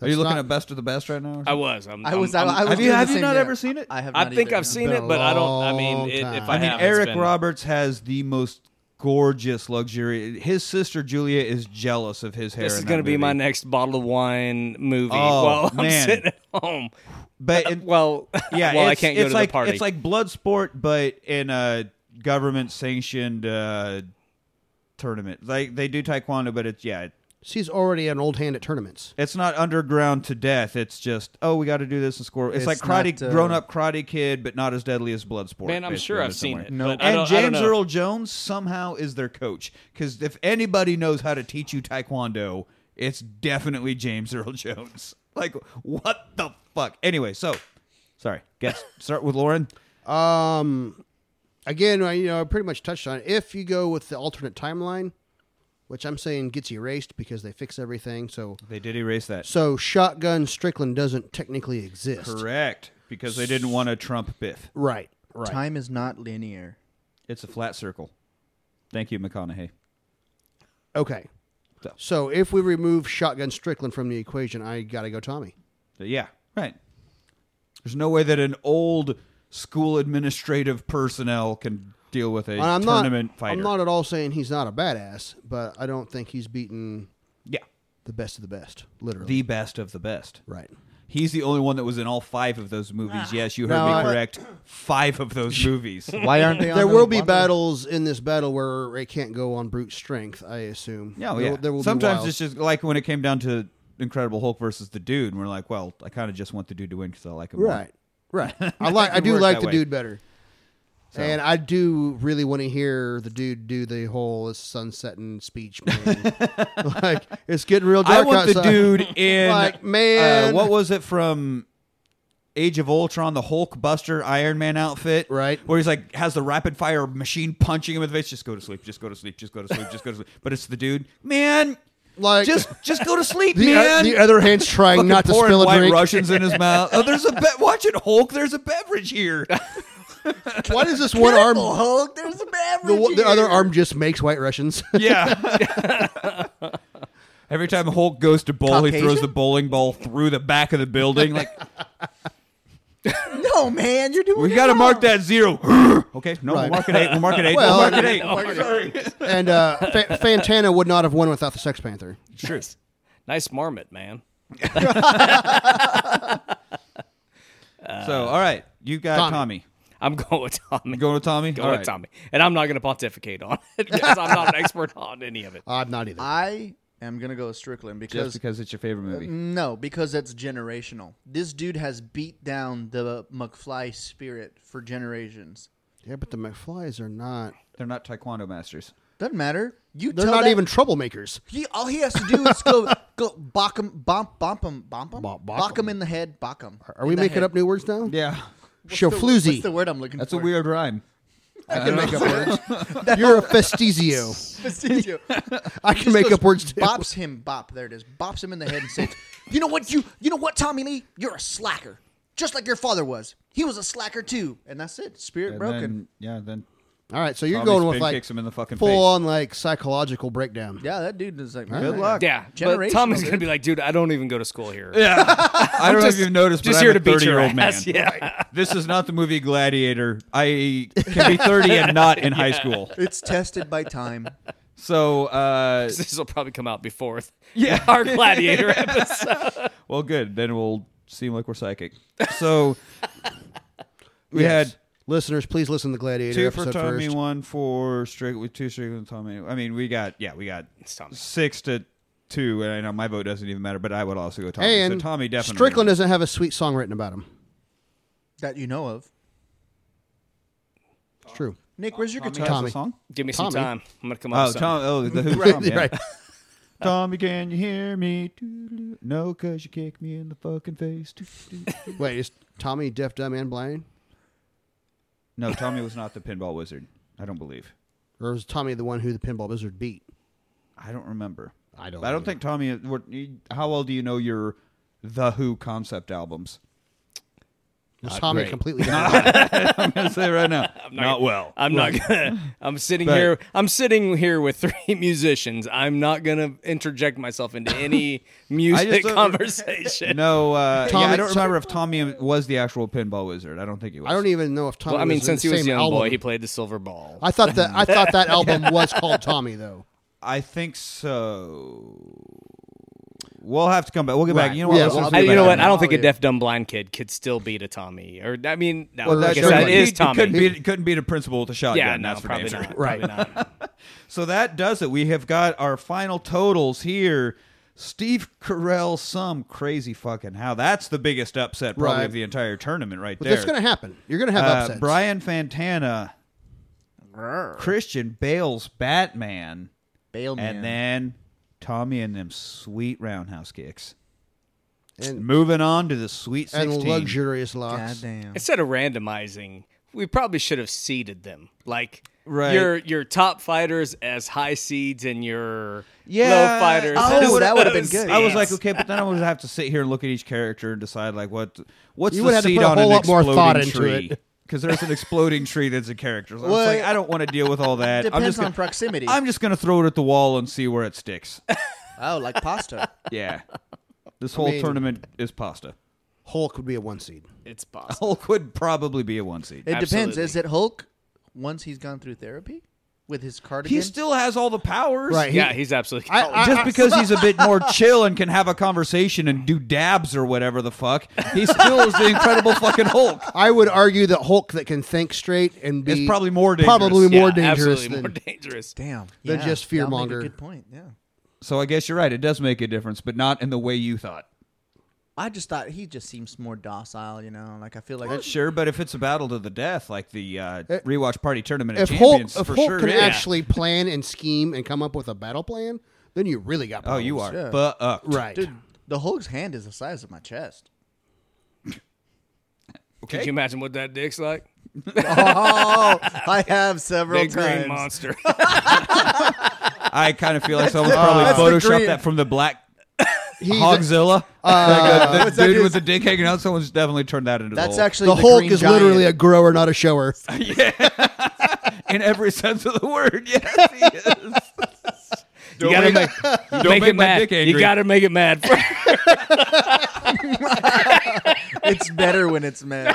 [SPEAKER 2] Are you looking
[SPEAKER 3] not-
[SPEAKER 2] at best of the best right now? or
[SPEAKER 5] I was. I'm,
[SPEAKER 4] I was.
[SPEAKER 5] I'm,
[SPEAKER 4] I,
[SPEAKER 5] I'm-
[SPEAKER 4] I was
[SPEAKER 2] Have you-
[SPEAKER 4] doing the
[SPEAKER 2] have you
[SPEAKER 4] same
[SPEAKER 2] not
[SPEAKER 4] thing.
[SPEAKER 2] ever seen it?
[SPEAKER 4] I have.
[SPEAKER 5] I
[SPEAKER 4] not
[SPEAKER 5] think
[SPEAKER 4] either.
[SPEAKER 5] I've seen
[SPEAKER 3] Been
[SPEAKER 5] it,
[SPEAKER 3] a
[SPEAKER 5] but I don't. I mean,
[SPEAKER 3] long
[SPEAKER 5] it, if
[SPEAKER 3] time.
[SPEAKER 5] I,
[SPEAKER 3] I
[SPEAKER 2] I mean,
[SPEAKER 5] have, it's
[SPEAKER 2] Eric
[SPEAKER 5] been-
[SPEAKER 2] Roberts has the most gorgeous luxury. His sister Julia is jealous of his hair.
[SPEAKER 5] This is
[SPEAKER 2] going to
[SPEAKER 5] be my next bottle of wine movie.
[SPEAKER 2] Oh,
[SPEAKER 5] while I'm
[SPEAKER 2] man.
[SPEAKER 5] sitting at home.
[SPEAKER 2] But it-
[SPEAKER 5] Well,
[SPEAKER 2] yeah,
[SPEAKER 5] well, I
[SPEAKER 2] it's-
[SPEAKER 5] can't go
[SPEAKER 2] it's
[SPEAKER 5] to
[SPEAKER 2] like,
[SPEAKER 5] the party.
[SPEAKER 2] It's like Bloodsport, but in a government-sanctioned uh, tournament. Like they do taekwondo, but it's yeah,
[SPEAKER 3] She's already an old hand at tournaments.
[SPEAKER 2] it's not underground to death. It's just oh, we got to do this and score. It's,
[SPEAKER 4] It's
[SPEAKER 2] like karate,
[SPEAKER 4] not, uh,
[SPEAKER 2] grown-up karate kid, but not as deadly as Bloodsport.
[SPEAKER 5] man, I'm
[SPEAKER 2] basically,
[SPEAKER 5] sure
[SPEAKER 2] or
[SPEAKER 5] I've seen
[SPEAKER 2] somewhere.
[SPEAKER 5] it. No,
[SPEAKER 2] And James Earl Jones somehow is their coach because if anybody knows how to teach you taekwondo, it's definitely James Earl Jones. Like what the fuck? Anyway, so sorry. Guess start with Lauren.
[SPEAKER 3] Um, again, I, you know, I pretty much touched on it. If you go with the alternate timeline, which I'm saying gets erased because they fix everything, so
[SPEAKER 2] They did erase that.
[SPEAKER 3] so shotgun Strickland doesn't technically exist.
[SPEAKER 2] Correct, because they didn't want to trump Biff.
[SPEAKER 3] Right. Right.
[SPEAKER 4] Time is not linear.
[SPEAKER 2] It's a flat circle. Thank you, McConaughey.
[SPEAKER 3] Okay.
[SPEAKER 2] So.
[SPEAKER 3] So if we remove shotgun Strickland from the equation, I gotta go Tommy.
[SPEAKER 2] But yeah, right. There's no way that an old school administrative personnel can deal with a
[SPEAKER 3] And I'm
[SPEAKER 2] tournament
[SPEAKER 3] not.
[SPEAKER 2] fighter.
[SPEAKER 3] I'm not at all saying he's not a badass, but I don't think he's beaten
[SPEAKER 2] yeah,
[SPEAKER 3] the best of the best. Literally.
[SPEAKER 2] the best of the best.
[SPEAKER 3] right.
[SPEAKER 2] He's the only one that was in all five of those movies. Yes, you heard
[SPEAKER 3] No,
[SPEAKER 2] me
[SPEAKER 3] I-
[SPEAKER 2] correct. Five of those movies.
[SPEAKER 4] Why aren't they? on
[SPEAKER 3] There
[SPEAKER 4] the
[SPEAKER 3] will be
[SPEAKER 4] one-
[SPEAKER 3] battles in this battle where it can't go on brute strength. I assume.
[SPEAKER 2] No,
[SPEAKER 3] There-
[SPEAKER 2] yeah.
[SPEAKER 3] There will
[SPEAKER 2] Sometimes
[SPEAKER 3] be wild-
[SPEAKER 2] it's just like when it came down to Incredible Hulk versus the Dude, and we're like, well, I kind of just want the Dude to win because I like him. more.
[SPEAKER 3] right. Right. I like. I
[SPEAKER 2] could
[SPEAKER 3] do
[SPEAKER 2] work
[SPEAKER 3] like
[SPEAKER 2] that
[SPEAKER 3] the
[SPEAKER 2] way.
[SPEAKER 3] dude better. And I do really want to hear the dude do the whole sunsetting speech. Man. like it's getting real
[SPEAKER 2] I
[SPEAKER 3] dark
[SPEAKER 2] want the
[SPEAKER 3] outside.
[SPEAKER 2] dude in.
[SPEAKER 3] Like, man.
[SPEAKER 2] uh, what was it from? Age of Ultron, the Hulk Buster Iron Man outfit,
[SPEAKER 3] Right.
[SPEAKER 2] Where he's like has the rapid fire machine punching him in the face. Just go to sleep. Just go to sleep. Just go to sleep. just go to sleep. But it's the dude, man.
[SPEAKER 3] Like
[SPEAKER 2] Just just go to sleep,
[SPEAKER 3] the, uh,
[SPEAKER 2] man.
[SPEAKER 3] the other hand's trying
[SPEAKER 2] Fucking
[SPEAKER 3] not to
[SPEAKER 2] pouring
[SPEAKER 3] spill a
[SPEAKER 2] white
[SPEAKER 3] drink.
[SPEAKER 2] Russians in his mouth. Oh, there's a be- watching Hulk. There's a beverage here.
[SPEAKER 3] Why does this one arm, the,
[SPEAKER 4] Oh,
[SPEAKER 6] Hulk, there's a beverage.
[SPEAKER 3] one- the other arm, just makes white Russians?
[SPEAKER 2] Yeah. Every time Hulk goes to bowl, he throws the bowling ball through the back of the building. Like
[SPEAKER 6] No, man, you're doing.
[SPEAKER 2] we
[SPEAKER 6] it
[SPEAKER 2] got to mark
[SPEAKER 6] wrong.
[SPEAKER 2] that zero. okay, no,
[SPEAKER 3] Right.
[SPEAKER 2] we'll mark it eight. We'll mark it eight.
[SPEAKER 3] Well,
[SPEAKER 2] we'll mark it
[SPEAKER 3] I-
[SPEAKER 2] eight.
[SPEAKER 3] and uh, Fa- Fantana would not have won without the Sex Panther.
[SPEAKER 5] True. Nice marmot, man.
[SPEAKER 2] so, all right, you got
[SPEAKER 3] Tommy.
[SPEAKER 2] Tommy.
[SPEAKER 5] I'm going with Tommy.
[SPEAKER 2] You going with Tommy?
[SPEAKER 5] Go
[SPEAKER 2] All
[SPEAKER 5] with
[SPEAKER 2] right.
[SPEAKER 5] Tommy. And I'm not going to pontificate on it because I'm not an expert on any of it.
[SPEAKER 3] I'm not either.
[SPEAKER 4] I am gonna go with Strickland
[SPEAKER 2] Just
[SPEAKER 4] because,
[SPEAKER 2] because it's your favorite movie.
[SPEAKER 4] no, because that's generational. This dude has beat down the McFly spirit for generations.
[SPEAKER 3] yeah, but the McFlys are not.
[SPEAKER 2] They're not taekwondo masters.
[SPEAKER 4] Doesn't matter. You
[SPEAKER 3] They're
[SPEAKER 4] tell
[SPEAKER 3] not
[SPEAKER 4] that-
[SPEAKER 3] even troublemakers.
[SPEAKER 4] He, all he has to do is go go bop him, bump, bump him, bump him,
[SPEAKER 3] Bop- bop
[SPEAKER 4] bop him
[SPEAKER 3] 'em.
[SPEAKER 4] in the head, bop him.
[SPEAKER 3] Are we making up new words now?
[SPEAKER 2] Yeah,
[SPEAKER 4] What's
[SPEAKER 3] Shofluzi.
[SPEAKER 4] the word I'm looking
[SPEAKER 2] that's
[SPEAKER 4] for?
[SPEAKER 2] a weird rhyme.
[SPEAKER 4] I can make up words.
[SPEAKER 3] You're a festizio.
[SPEAKER 4] Fastidio.
[SPEAKER 3] I can make
[SPEAKER 4] Goes,
[SPEAKER 3] up words too.
[SPEAKER 4] Bops him, bop. There it is. Bops him in the head and says, "You know what? You you know what, Tommy Lee? You're a slacker, just like your father was. He was a slacker too." And that's it. Spirit
[SPEAKER 2] And
[SPEAKER 4] broken.
[SPEAKER 2] then- yeah, then
[SPEAKER 3] All right, so you're
[SPEAKER 2] Tommy
[SPEAKER 3] going with
[SPEAKER 2] spin
[SPEAKER 3] like
[SPEAKER 2] kicks him in the fucking
[SPEAKER 3] full
[SPEAKER 2] face.
[SPEAKER 3] on like psychological breakdown.
[SPEAKER 4] yeah, that dude is like,
[SPEAKER 2] Good luck.
[SPEAKER 5] Yeah. But
[SPEAKER 4] Generational,
[SPEAKER 5] Tommy's going to
[SPEAKER 4] dude.
[SPEAKER 5] be like, dude, I don't even go to school here.
[SPEAKER 2] I don't know if you've noticed, but
[SPEAKER 5] Just
[SPEAKER 2] I'm
[SPEAKER 5] here
[SPEAKER 2] a
[SPEAKER 5] to beat your
[SPEAKER 2] 30-year-old man.
[SPEAKER 5] ass. Yeah.
[SPEAKER 2] This is not the movie Gladiator. I can be 30 and not in high school.
[SPEAKER 4] It's tested by time.
[SPEAKER 2] So, uh,
[SPEAKER 5] This will probably come out before th-
[SPEAKER 2] Yeah.
[SPEAKER 5] our Gladiator episode.
[SPEAKER 2] well, good. Then we'll seem like we're psychic. So, we
[SPEAKER 3] Yes.
[SPEAKER 2] had
[SPEAKER 3] listeners, please listen to the Gladiator
[SPEAKER 2] two for
[SPEAKER 3] episode
[SPEAKER 2] Tommy,
[SPEAKER 3] first.
[SPEAKER 2] one for Strick, with two Strick and Tommy. I mean, we got yeah, we got
[SPEAKER 5] Tommy.
[SPEAKER 2] six to two, and I know my vote doesn't even matter, but I would also go Tommy.
[SPEAKER 3] Hey,
[SPEAKER 2] so
[SPEAKER 3] and
[SPEAKER 2] Tommy definitely
[SPEAKER 3] Strickland doesn't have a sweet song written about him.
[SPEAKER 4] That you know of.
[SPEAKER 3] It's true.
[SPEAKER 4] Nick, where's your
[SPEAKER 2] Tommy
[SPEAKER 4] guitar?
[SPEAKER 2] has
[SPEAKER 3] Tommy.
[SPEAKER 2] a song.
[SPEAKER 5] Give me some
[SPEAKER 3] Tommy.
[SPEAKER 5] time. I'm going to come up
[SPEAKER 2] Oh,
[SPEAKER 5] with something.
[SPEAKER 2] Tom! Oh, the Who song, yeah.
[SPEAKER 3] Right.
[SPEAKER 2] Tommy, can you hear me? Doo-doo-doo. No, cause you kicked me in the fucking face. Doo-doo-doo.
[SPEAKER 3] Wait, is Tommy deaf, dumb, and blind,
[SPEAKER 2] No, Tommy was not the pinball wizard. I don't believe.
[SPEAKER 3] or is Tommy the one who the pinball wizard beat?
[SPEAKER 2] I don't remember.
[SPEAKER 3] I don't
[SPEAKER 2] I don't
[SPEAKER 3] either.
[SPEAKER 2] think Tommy. what- you- How well do you know your The Who concept albums?
[SPEAKER 3] Was Tommy
[SPEAKER 2] great.
[SPEAKER 3] completely?
[SPEAKER 2] I'm gonna say right now, not, well.
[SPEAKER 5] I'm not gonna. I'm sitting
[SPEAKER 2] But-
[SPEAKER 5] here. I'm sitting here with three musicians. I'm not gonna interject myself into any music
[SPEAKER 2] don't-
[SPEAKER 5] conversation.
[SPEAKER 2] No, uh, yeah,
[SPEAKER 3] Tommy-
[SPEAKER 2] I don't remember if Tommy was the actual pinball wizard. I don't think he was.
[SPEAKER 3] I don't e- even know if Tommy.
[SPEAKER 5] well, I mean,
[SPEAKER 3] was in
[SPEAKER 5] since
[SPEAKER 3] the
[SPEAKER 5] he was a
[SPEAKER 3] same
[SPEAKER 5] young
[SPEAKER 3] album.
[SPEAKER 5] boy, he played the silver ball.
[SPEAKER 3] I thought that I thought that album was called Tommy though.
[SPEAKER 2] I think so. We'll have to come back. We'll get back.
[SPEAKER 3] Right.
[SPEAKER 2] You know what?
[SPEAKER 3] Yeah,
[SPEAKER 2] Let's
[SPEAKER 3] well,
[SPEAKER 2] just
[SPEAKER 5] I-
[SPEAKER 2] get
[SPEAKER 5] you know
[SPEAKER 2] back
[SPEAKER 5] what?
[SPEAKER 2] on
[SPEAKER 5] I
[SPEAKER 2] that.
[SPEAKER 5] don't think a
[SPEAKER 4] Yeah.
[SPEAKER 5] deaf, dumb, blind kid could still beat a Tommy. Or I mean, no,
[SPEAKER 3] Well,
[SPEAKER 5] I
[SPEAKER 3] that
[SPEAKER 5] guess that
[SPEAKER 3] couldn't
[SPEAKER 5] is
[SPEAKER 2] He
[SPEAKER 5] Tommy.
[SPEAKER 2] couldn't beat, couldn't beat a principal with a shotgun.
[SPEAKER 5] yeah, no,
[SPEAKER 2] that's for
[SPEAKER 5] probably
[SPEAKER 2] damn sure.
[SPEAKER 5] not. Right. Probably not.
[SPEAKER 2] So that does it. We have got our final totals here. Steve Carell, some crazy fucking how. That's the biggest upset probably
[SPEAKER 3] Right.
[SPEAKER 2] of the entire tournament, right
[SPEAKER 3] But
[SPEAKER 2] there.
[SPEAKER 3] that's going to happen. You're going to have
[SPEAKER 2] uh,
[SPEAKER 3] upsets.
[SPEAKER 2] Brian Fantana, Christian Bale's Batman,
[SPEAKER 4] Bail
[SPEAKER 2] and then Tommy and them sweet roundhouse kicks.
[SPEAKER 3] and,
[SPEAKER 2] Moving on to the sweet
[SPEAKER 3] and
[SPEAKER 2] sixteen.
[SPEAKER 3] luxurious locks.
[SPEAKER 4] Goddamn.
[SPEAKER 5] Instead of randomizing, we probably should have seeded them. Like
[SPEAKER 2] Right.
[SPEAKER 5] your your top fighters as high seeds and your
[SPEAKER 2] Yeah.
[SPEAKER 5] low fighters.
[SPEAKER 4] Oh,
[SPEAKER 5] as
[SPEAKER 4] that would've been
[SPEAKER 5] low
[SPEAKER 4] good.
[SPEAKER 2] I was like,
[SPEAKER 5] seeds.
[SPEAKER 2] okay, but then I would have to sit here and look at each character and decide like what what's
[SPEAKER 3] You
[SPEAKER 2] the
[SPEAKER 3] would have to
[SPEAKER 2] seed
[SPEAKER 3] put a
[SPEAKER 2] on
[SPEAKER 3] whole
[SPEAKER 2] an
[SPEAKER 3] lot more
[SPEAKER 2] exploding
[SPEAKER 3] thought into
[SPEAKER 2] tree.
[SPEAKER 3] it.
[SPEAKER 2] Because there's an exploding tree that's a character. So I
[SPEAKER 4] Well,
[SPEAKER 2] was like, I don't want to deal with all that. I'm
[SPEAKER 4] Depends
[SPEAKER 2] just
[SPEAKER 4] on
[SPEAKER 2] gonna,
[SPEAKER 4] proximity.
[SPEAKER 2] I'm just gonna throw it at the wall and see where it sticks.
[SPEAKER 4] oh, like pasta.
[SPEAKER 2] Yeah. This whole
[SPEAKER 3] mean-
[SPEAKER 2] tournament is pasta.
[SPEAKER 3] Hulk would be a one seed.
[SPEAKER 5] it's possible.
[SPEAKER 2] Hulk would probably be a one seed.
[SPEAKER 4] It depends.
[SPEAKER 5] Absolutely.
[SPEAKER 4] Is it Hulk once he's gone through therapy with his cardigan?
[SPEAKER 2] He still has all the powers.
[SPEAKER 3] Right.
[SPEAKER 5] Yeah, he's absolutely.
[SPEAKER 3] I, I,
[SPEAKER 2] Just because he's a bit more chill and can have a conversation and do dabs or whatever the fuck, he still is the incredible fucking Hulk.
[SPEAKER 3] I would argue that Hulk that can think straight and be
[SPEAKER 2] It's probably more dangerous.
[SPEAKER 3] probably more
[SPEAKER 5] Yeah,
[SPEAKER 3] dangerous
[SPEAKER 5] absolutely
[SPEAKER 3] than
[SPEAKER 5] more dangerous.
[SPEAKER 4] Damn.
[SPEAKER 3] They're just fear
[SPEAKER 4] that'll make a
[SPEAKER 3] monger.
[SPEAKER 4] Good point. Yeah.
[SPEAKER 2] So I guess you're right. It does make a difference, but not in the way you thought.
[SPEAKER 4] I just thought he just seems more docile, you know. Like I feel like
[SPEAKER 2] Sure, but if it's a battle to the death, like the uh, rewatch party tournament of
[SPEAKER 3] Eh, if Hulk
[SPEAKER 2] champions,
[SPEAKER 3] if
[SPEAKER 2] for
[SPEAKER 3] Hulk
[SPEAKER 2] sure.
[SPEAKER 3] can
[SPEAKER 2] is.
[SPEAKER 3] actually plan and scheme and come up with a battle plan, then you really
[SPEAKER 2] oh,
[SPEAKER 3] got. Problems.
[SPEAKER 2] you are,
[SPEAKER 4] Yeah.
[SPEAKER 2] but uh,
[SPEAKER 3] right.
[SPEAKER 4] dude, the Hulk's hand is the size of my chest.
[SPEAKER 2] okay.
[SPEAKER 5] Could you imagine what that dick's like?
[SPEAKER 4] Oh, I have several
[SPEAKER 5] Big green
[SPEAKER 4] times.
[SPEAKER 5] monster.
[SPEAKER 2] I kind of feel like someone probably
[SPEAKER 4] the
[SPEAKER 2] photoshopped
[SPEAKER 4] dream.
[SPEAKER 2] that from the black
[SPEAKER 3] He's
[SPEAKER 2] Hogzilla. Like, uh, the dude with the dick hanging out. Someone's definitely turned that into
[SPEAKER 4] That's
[SPEAKER 2] the Hulk.
[SPEAKER 4] actually
[SPEAKER 3] the, Hulk
[SPEAKER 4] Green
[SPEAKER 3] is literally a
[SPEAKER 4] Giant.
[SPEAKER 3] grower, not a shower.
[SPEAKER 2] in every sense of the word. Yes, he is.
[SPEAKER 5] you gotta make, make
[SPEAKER 2] make
[SPEAKER 5] it
[SPEAKER 2] my
[SPEAKER 5] mad.
[SPEAKER 2] dick angry.
[SPEAKER 5] You gotta make it mad.
[SPEAKER 4] it's better when it's mad.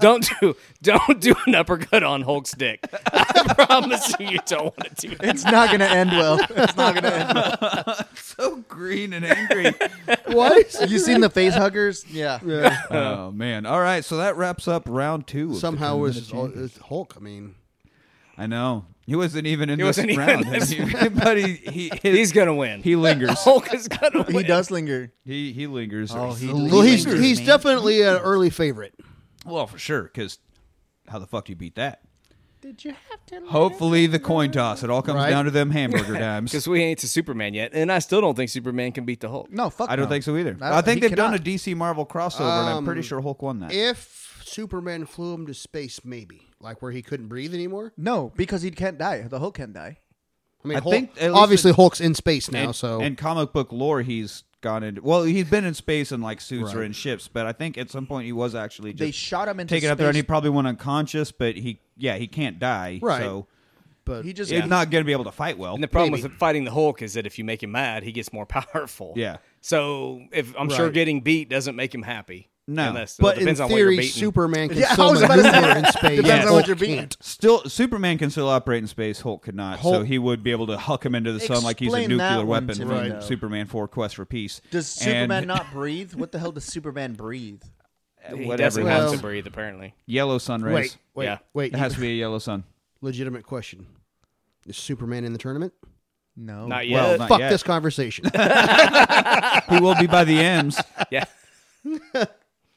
[SPEAKER 5] don't do don't do an uppercut on Hulk's dick. I promise you, you don't want to do that.
[SPEAKER 4] It's not gonna end well. It's not gonna end. Well.
[SPEAKER 2] so green and angry.
[SPEAKER 3] What?
[SPEAKER 4] You seen the face huggers? Yeah.
[SPEAKER 2] oh man! All right, so that wraps up round two. Of
[SPEAKER 3] Somehow
[SPEAKER 2] the Tournament
[SPEAKER 3] it was
[SPEAKER 2] of Champions.
[SPEAKER 3] it's Hulk. I mean,
[SPEAKER 2] I know he wasn't even in this
[SPEAKER 5] wasn't even
[SPEAKER 2] round,
[SPEAKER 5] in this
[SPEAKER 2] but he, he his-
[SPEAKER 5] He's gonna win.
[SPEAKER 2] he lingers.
[SPEAKER 5] Hulk is gonna win.
[SPEAKER 4] He does linger.
[SPEAKER 2] he he lingers.
[SPEAKER 3] Oh, well, he's he's definitely an early favorite.
[SPEAKER 2] well for sure because how the fuck do you beat that? Did you have to? Hopefully the coin toss. It all comes
[SPEAKER 3] Right.
[SPEAKER 2] down to them hamburger dimes.
[SPEAKER 5] because we ain't to Superman yet, and I still don't think Superman can beat the Hulk.
[SPEAKER 4] No, fuck.
[SPEAKER 2] I don't
[SPEAKER 4] no.
[SPEAKER 2] think so either.
[SPEAKER 4] No,
[SPEAKER 2] I, think
[SPEAKER 4] he
[SPEAKER 2] they've done
[SPEAKER 4] cannot.
[SPEAKER 2] a DC Marvel crossover, and I'm
[SPEAKER 3] Um,
[SPEAKER 2] pretty sure Hulk won that.
[SPEAKER 3] If Superman flew him to space, maybe like where he couldn't breathe anymore.
[SPEAKER 4] No, because he can't die. The Hulk can't die.
[SPEAKER 3] I mean,
[SPEAKER 2] I
[SPEAKER 3] Hulk,
[SPEAKER 2] think at least
[SPEAKER 3] obviously Hulk's in space now,
[SPEAKER 2] and,
[SPEAKER 3] so
[SPEAKER 2] and comic book lore, he's gone into. Well, he's been in space in like suits or in ships, but I think at some point he was actually just
[SPEAKER 4] They shot him into
[SPEAKER 2] taken up there, and he
[SPEAKER 4] space.
[SPEAKER 2] probably went unconscious. But he, yeah, he can't die,
[SPEAKER 3] Right.
[SPEAKER 2] So
[SPEAKER 3] but
[SPEAKER 4] He just
[SPEAKER 2] he's not going to be able to fight well.
[SPEAKER 5] And the problem
[SPEAKER 3] Maybe.
[SPEAKER 5] with fighting the Hulk is that if you make him mad, he gets more powerful.
[SPEAKER 2] Yeah.
[SPEAKER 5] So if I'm sure
[SPEAKER 3] Right.
[SPEAKER 5] getting beat doesn't make him happy.
[SPEAKER 2] No.
[SPEAKER 5] Unless, well,
[SPEAKER 3] but in
[SPEAKER 5] depends on what you're
[SPEAKER 3] theory,
[SPEAKER 5] beating.
[SPEAKER 3] Superman can
[SPEAKER 4] Yeah, I
[SPEAKER 3] still
[SPEAKER 4] was about to
[SPEAKER 3] maneuver
[SPEAKER 4] say,
[SPEAKER 3] in space.
[SPEAKER 4] depends
[SPEAKER 2] Yes.
[SPEAKER 4] on what you're
[SPEAKER 3] Hulk
[SPEAKER 4] being.
[SPEAKER 3] can't.
[SPEAKER 2] Still, Superman can still operate in space. Hulk could not, so
[SPEAKER 3] Hulk-
[SPEAKER 2] he would be able to huck him into the sun like he's a
[SPEAKER 4] Explain
[SPEAKER 2] nuclear
[SPEAKER 4] that one
[SPEAKER 2] weapon
[SPEAKER 4] to
[SPEAKER 2] from
[SPEAKER 4] me, though.
[SPEAKER 2] Superman Four: Quest for Peace.
[SPEAKER 4] Does
[SPEAKER 2] And-
[SPEAKER 4] Superman not breathe? What the hell does Superman breathe?
[SPEAKER 5] he
[SPEAKER 2] whatever
[SPEAKER 5] doesn't
[SPEAKER 2] it
[SPEAKER 5] have
[SPEAKER 2] is.
[SPEAKER 5] to breathe apparently.
[SPEAKER 2] yellow sun rays?
[SPEAKER 3] Wait, wait,
[SPEAKER 5] Yeah.
[SPEAKER 3] wait.
[SPEAKER 2] it has to be a yellow sun.
[SPEAKER 3] Legitimate question: Is Superman in the tournament?
[SPEAKER 4] No.
[SPEAKER 5] Not yet.
[SPEAKER 2] Well, not
[SPEAKER 3] Fuck
[SPEAKER 2] yet.
[SPEAKER 3] this conversation.
[SPEAKER 2] He will be by the M's
[SPEAKER 3] Uh,
[SPEAKER 5] yeah.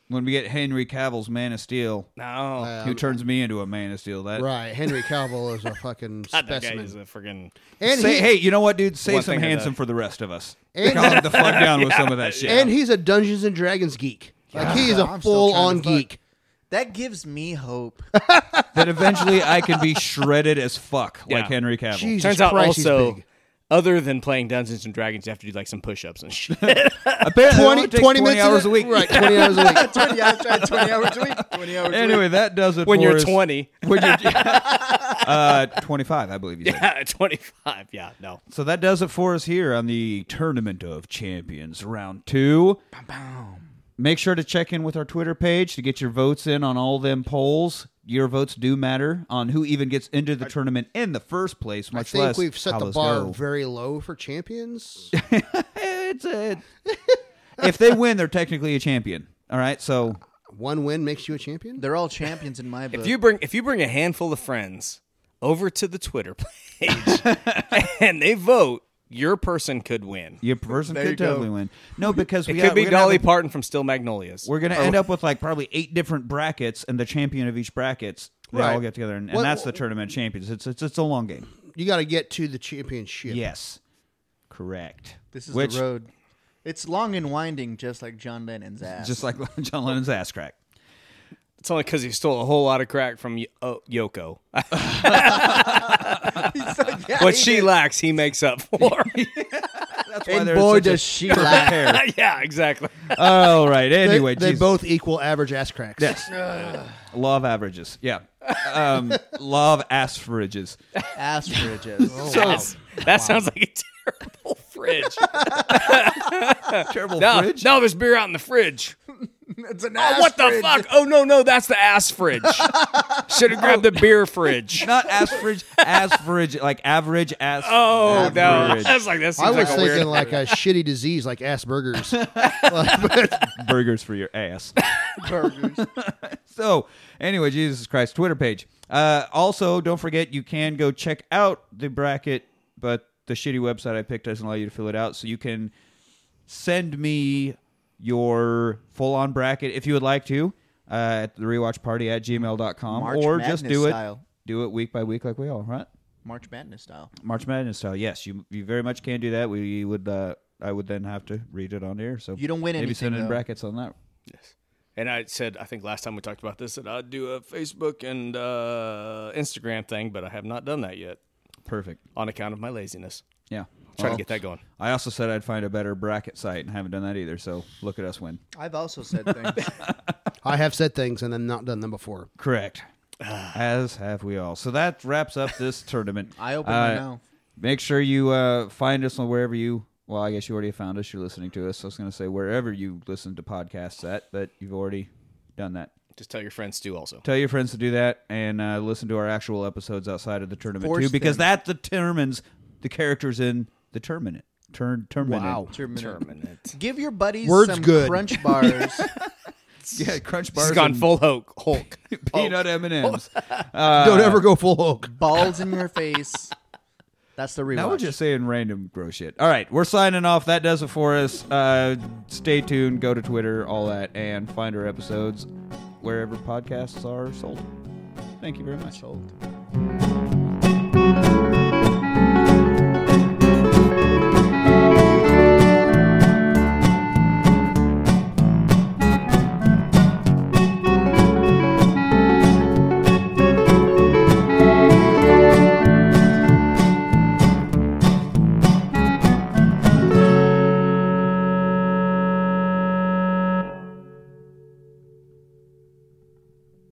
[SPEAKER 2] when we get Henry Cavill's Man of Steel.
[SPEAKER 5] No.
[SPEAKER 2] who turns me into a man of steel. That
[SPEAKER 3] right, Henry Cavill is a fucking
[SPEAKER 5] God, that guy is
[SPEAKER 3] specimen.
[SPEAKER 5] a friggin'
[SPEAKER 3] And
[SPEAKER 2] say,
[SPEAKER 3] he-
[SPEAKER 2] hey, you know what, dude? Say
[SPEAKER 5] One
[SPEAKER 2] some
[SPEAKER 5] thing or
[SPEAKER 2] handsome
[SPEAKER 5] the-
[SPEAKER 2] for the rest of us.
[SPEAKER 3] And-
[SPEAKER 2] Calm the fuck down with some of that shit.
[SPEAKER 3] And he's a Dungeons and Dragons geek. Like he is a
[SPEAKER 4] I'm still
[SPEAKER 3] full on
[SPEAKER 4] trying to fuck.
[SPEAKER 3] geek.
[SPEAKER 4] That gives me hope.
[SPEAKER 2] that eventually I can be shredded as fuck like
[SPEAKER 5] Yeah.
[SPEAKER 2] Henry Cavill.
[SPEAKER 3] Jesus
[SPEAKER 5] Turns out
[SPEAKER 3] Christ, he's
[SPEAKER 5] also,
[SPEAKER 3] big.
[SPEAKER 5] other than playing Dungeons and Dragons, you have to do like some push-ups and shit.
[SPEAKER 2] Apparently,
[SPEAKER 3] 20,
[SPEAKER 2] it takes
[SPEAKER 3] 20 minutes
[SPEAKER 2] hours a
[SPEAKER 3] of it-
[SPEAKER 2] week.
[SPEAKER 3] Right, twenty hours a week.
[SPEAKER 4] 20, I tried 20 hours a week. 20 hours a
[SPEAKER 2] Anyway,
[SPEAKER 4] week.
[SPEAKER 2] that does it
[SPEAKER 5] when
[SPEAKER 2] for
[SPEAKER 5] you're
[SPEAKER 2] us.
[SPEAKER 5] 20.
[SPEAKER 2] When you're uh, 25, I believe you said.
[SPEAKER 5] Yeah, 25. Yeah, no.
[SPEAKER 2] So that does it for us here on the Tournament of Champions Round 2. Make sure to check in with our Twitter page to get your votes in on all them polls. Your votes do matter on who even gets into the tournament in the first place,
[SPEAKER 3] I
[SPEAKER 2] much
[SPEAKER 3] think
[SPEAKER 2] less
[SPEAKER 3] we've set
[SPEAKER 2] how
[SPEAKER 3] the
[SPEAKER 2] those
[SPEAKER 3] bar
[SPEAKER 2] go.
[SPEAKER 3] very low for champions.
[SPEAKER 2] It's a- if they win, they're technically a champion. All right, so
[SPEAKER 3] One win makes you a champion.
[SPEAKER 4] They're all champions in my book.
[SPEAKER 5] If you bring if you bring a handful of friends over to the Twitter page and they vote, your person could win.
[SPEAKER 2] your person
[SPEAKER 4] There you
[SPEAKER 2] could
[SPEAKER 4] go.
[SPEAKER 2] totally win. No, because
[SPEAKER 5] It
[SPEAKER 2] we
[SPEAKER 5] could
[SPEAKER 2] got-
[SPEAKER 5] be
[SPEAKER 2] we're gonna have
[SPEAKER 5] Dolly
[SPEAKER 2] a-
[SPEAKER 5] Parton from Still Magnolias.
[SPEAKER 2] We're gonna end up with like probably eight different brackets, and the champion of each brackets they all
[SPEAKER 3] Right.
[SPEAKER 2] get together, and, and
[SPEAKER 3] What-
[SPEAKER 2] that's the tournament of champions. It's it's it's a long game.
[SPEAKER 3] You got to get to the championship.
[SPEAKER 2] Yes, correct.
[SPEAKER 4] this is
[SPEAKER 2] Which,
[SPEAKER 4] the road. It's long and winding, just like John Lennon's ass.
[SPEAKER 2] Just like John Lennon's ass crack.
[SPEAKER 5] It's only because he stole a whole lot of crack from y- oh, Yoko.
[SPEAKER 4] yeah,
[SPEAKER 5] what
[SPEAKER 4] he
[SPEAKER 5] she
[SPEAKER 4] did.
[SPEAKER 5] lacks, he makes up for.
[SPEAKER 2] That's
[SPEAKER 4] And
[SPEAKER 2] there's
[SPEAKER 4] boy,
[SPEAKER 2] such a
[SPEAKER 4] does she laugh.
[SPEAKER 2] pair.
[SPEAKER 5] yeah, exactly.
[SPEAKER 2] all right.
[SPEAKER 3] They,
[SPEAKER 2] Anyway,
[SPEAKER 3] they
[SPEAKER 2] Jesus.
[SPEAKER 3] both equal average ass cracks.
[SPEAKER 2] Yes. law of averages. Yeah. Um, law of asperages.
[SPEAKER 4] Ass bridges.
[SPEAKER 5] That's- that sounds like a terrible fridge.
[SPEAKER 2] Terrible
[SPEAKER 5] No,
[SPEAKER 2] fridge.
[SPEAKER 5] no, there's beer out in the fridge.
[SPEAKER 4] It's an
[SPEAKER 5] Oh,
[SPEAKER 4] ass
[SPEAKER 5] what the
[SPEAKER 4] bridge.
[SPEAKER 5] fuck? Oh no, no, that's the ass fridge. Should have grabbed the beer fridge.
[SPEAKER 2] Not asperage, asperage, like average ass.
[SPEAKER 5] Oh no,
[SPEAKER 2] average
[SPEAKER 5] that's like that seems
[SPEAKER 3] I was
[SPEAKER 5] like a
[SPEAKER 3] thinking
[SPEAKER 5] weird.
[SPEAKER 3] like a shitty disease, like Asperger's.
[SPEAKER 2] burgers for your ass.
[SPEAKER 4] Oh, Burgers.
[SPEAKER 2] So, anyway, Jesus Christ Twitter page. Uh, also, don't forget you can go check out the bracket, but the shitty website I picked doesn't allow you to fill it out. So you can send me your full on bracket if you would like to uh, at the rewatch party at gmail.com
[SPEAKER 4] March
[SPEAKER 2] or just
[SPEAKER 4] Madness
[SPEAKER 2] do it
[SPEAKER 4] style.
[SPEAKER 2] do it week by week like we all right
[SPEAKER 4] March Madness style.
[SPEAKER 2] March Madness style yes you you very much can do that we would uh, I would then have to read it on air so
[SPEAKER 4] You don't win
[SPEAKER 2] maybe
[SPEAKER 4] anything,
[SPEAKER 2] send in
[SPEAKER 4] though.
[SPEAKER 2] brackets on that
[SPEAKER 5] And I said, I think last time we talked about this that I'd do a Facebook and uh, Instagram thing, but I have not done that yet.
[SPEAKER 2] Perfect.
[SPEAKER 5] on account of my laziness.
[SPEAKER 2] Yeah.
[SPEAKER 5] Trying
[SPEAKER 2] Well,
[SPEAKER 5] to get that going.
[SPEAKER 2] I also said I'd find a better bracket site and haven't done that either. So look at us win.
[SPEAKER 4] I've also said things.
[SPEAKER 3] I have said things and then not done them before.
[SPEAKER 2] Correct.
[SPEAKER 4] Ah.
[SPEAKER 2] As have we all. So that wraps up this tournament.
[SPEAKER 4] I open my
[SPEAKER 2] Uh,
[SPEAKER 4] mouth.
[SPEAKER 2] Make sure you uh, find us on wherever you. Well, I guess you already found us. You're listening to us. I was going to say wherever you listen to podcasts at, but you've already done that.
[SPEAKER 5] Just tell your friends too. Also,
[SPEAKER 2] Tell your friends to do that and uh, listen to our actual episodes outside of the tournament
[SPEAKER 4] Force
[SPEAKER 2] too, because
[SPEAKER 4] them.
[SPEAKER 2] that determines the characters in the tournament. Turn tournament.
[SPEAKER 3] Wow.
[SPEAKER 4] Terminate.
[SPEAKER 5] Terminate.
[SPEAKER 4] Give your buddies
[SPEAKER 3] Words
[SPEAKER 4] some
[SPEAKER 3] good.
[SPEAKER 4] crunch bars.
[SPEAKER 2] Yeah, Crunch
[SPEAKER 5] He's
[SPEAKER 2] bars.
[SPEAKER 5] gone
[SPEAKER 2] and
[SPEAKER 5] full Hulk. Hulk.
[SPEAKER 2] peanut M and M's.
[SPEAKER 3] Don't ever go full Hulk.
[SPEAKER 4] balls in your face. That's the rewatch.
[SPEAKER 2] Now we're just saying random gross shit. All right, we're signing off. That does it for us. Uh, stay tuned. Go to Twitter, all that, and find our episodes wherever podcasts are sold. Thank you very much.
[SPEAKER 4] Sold.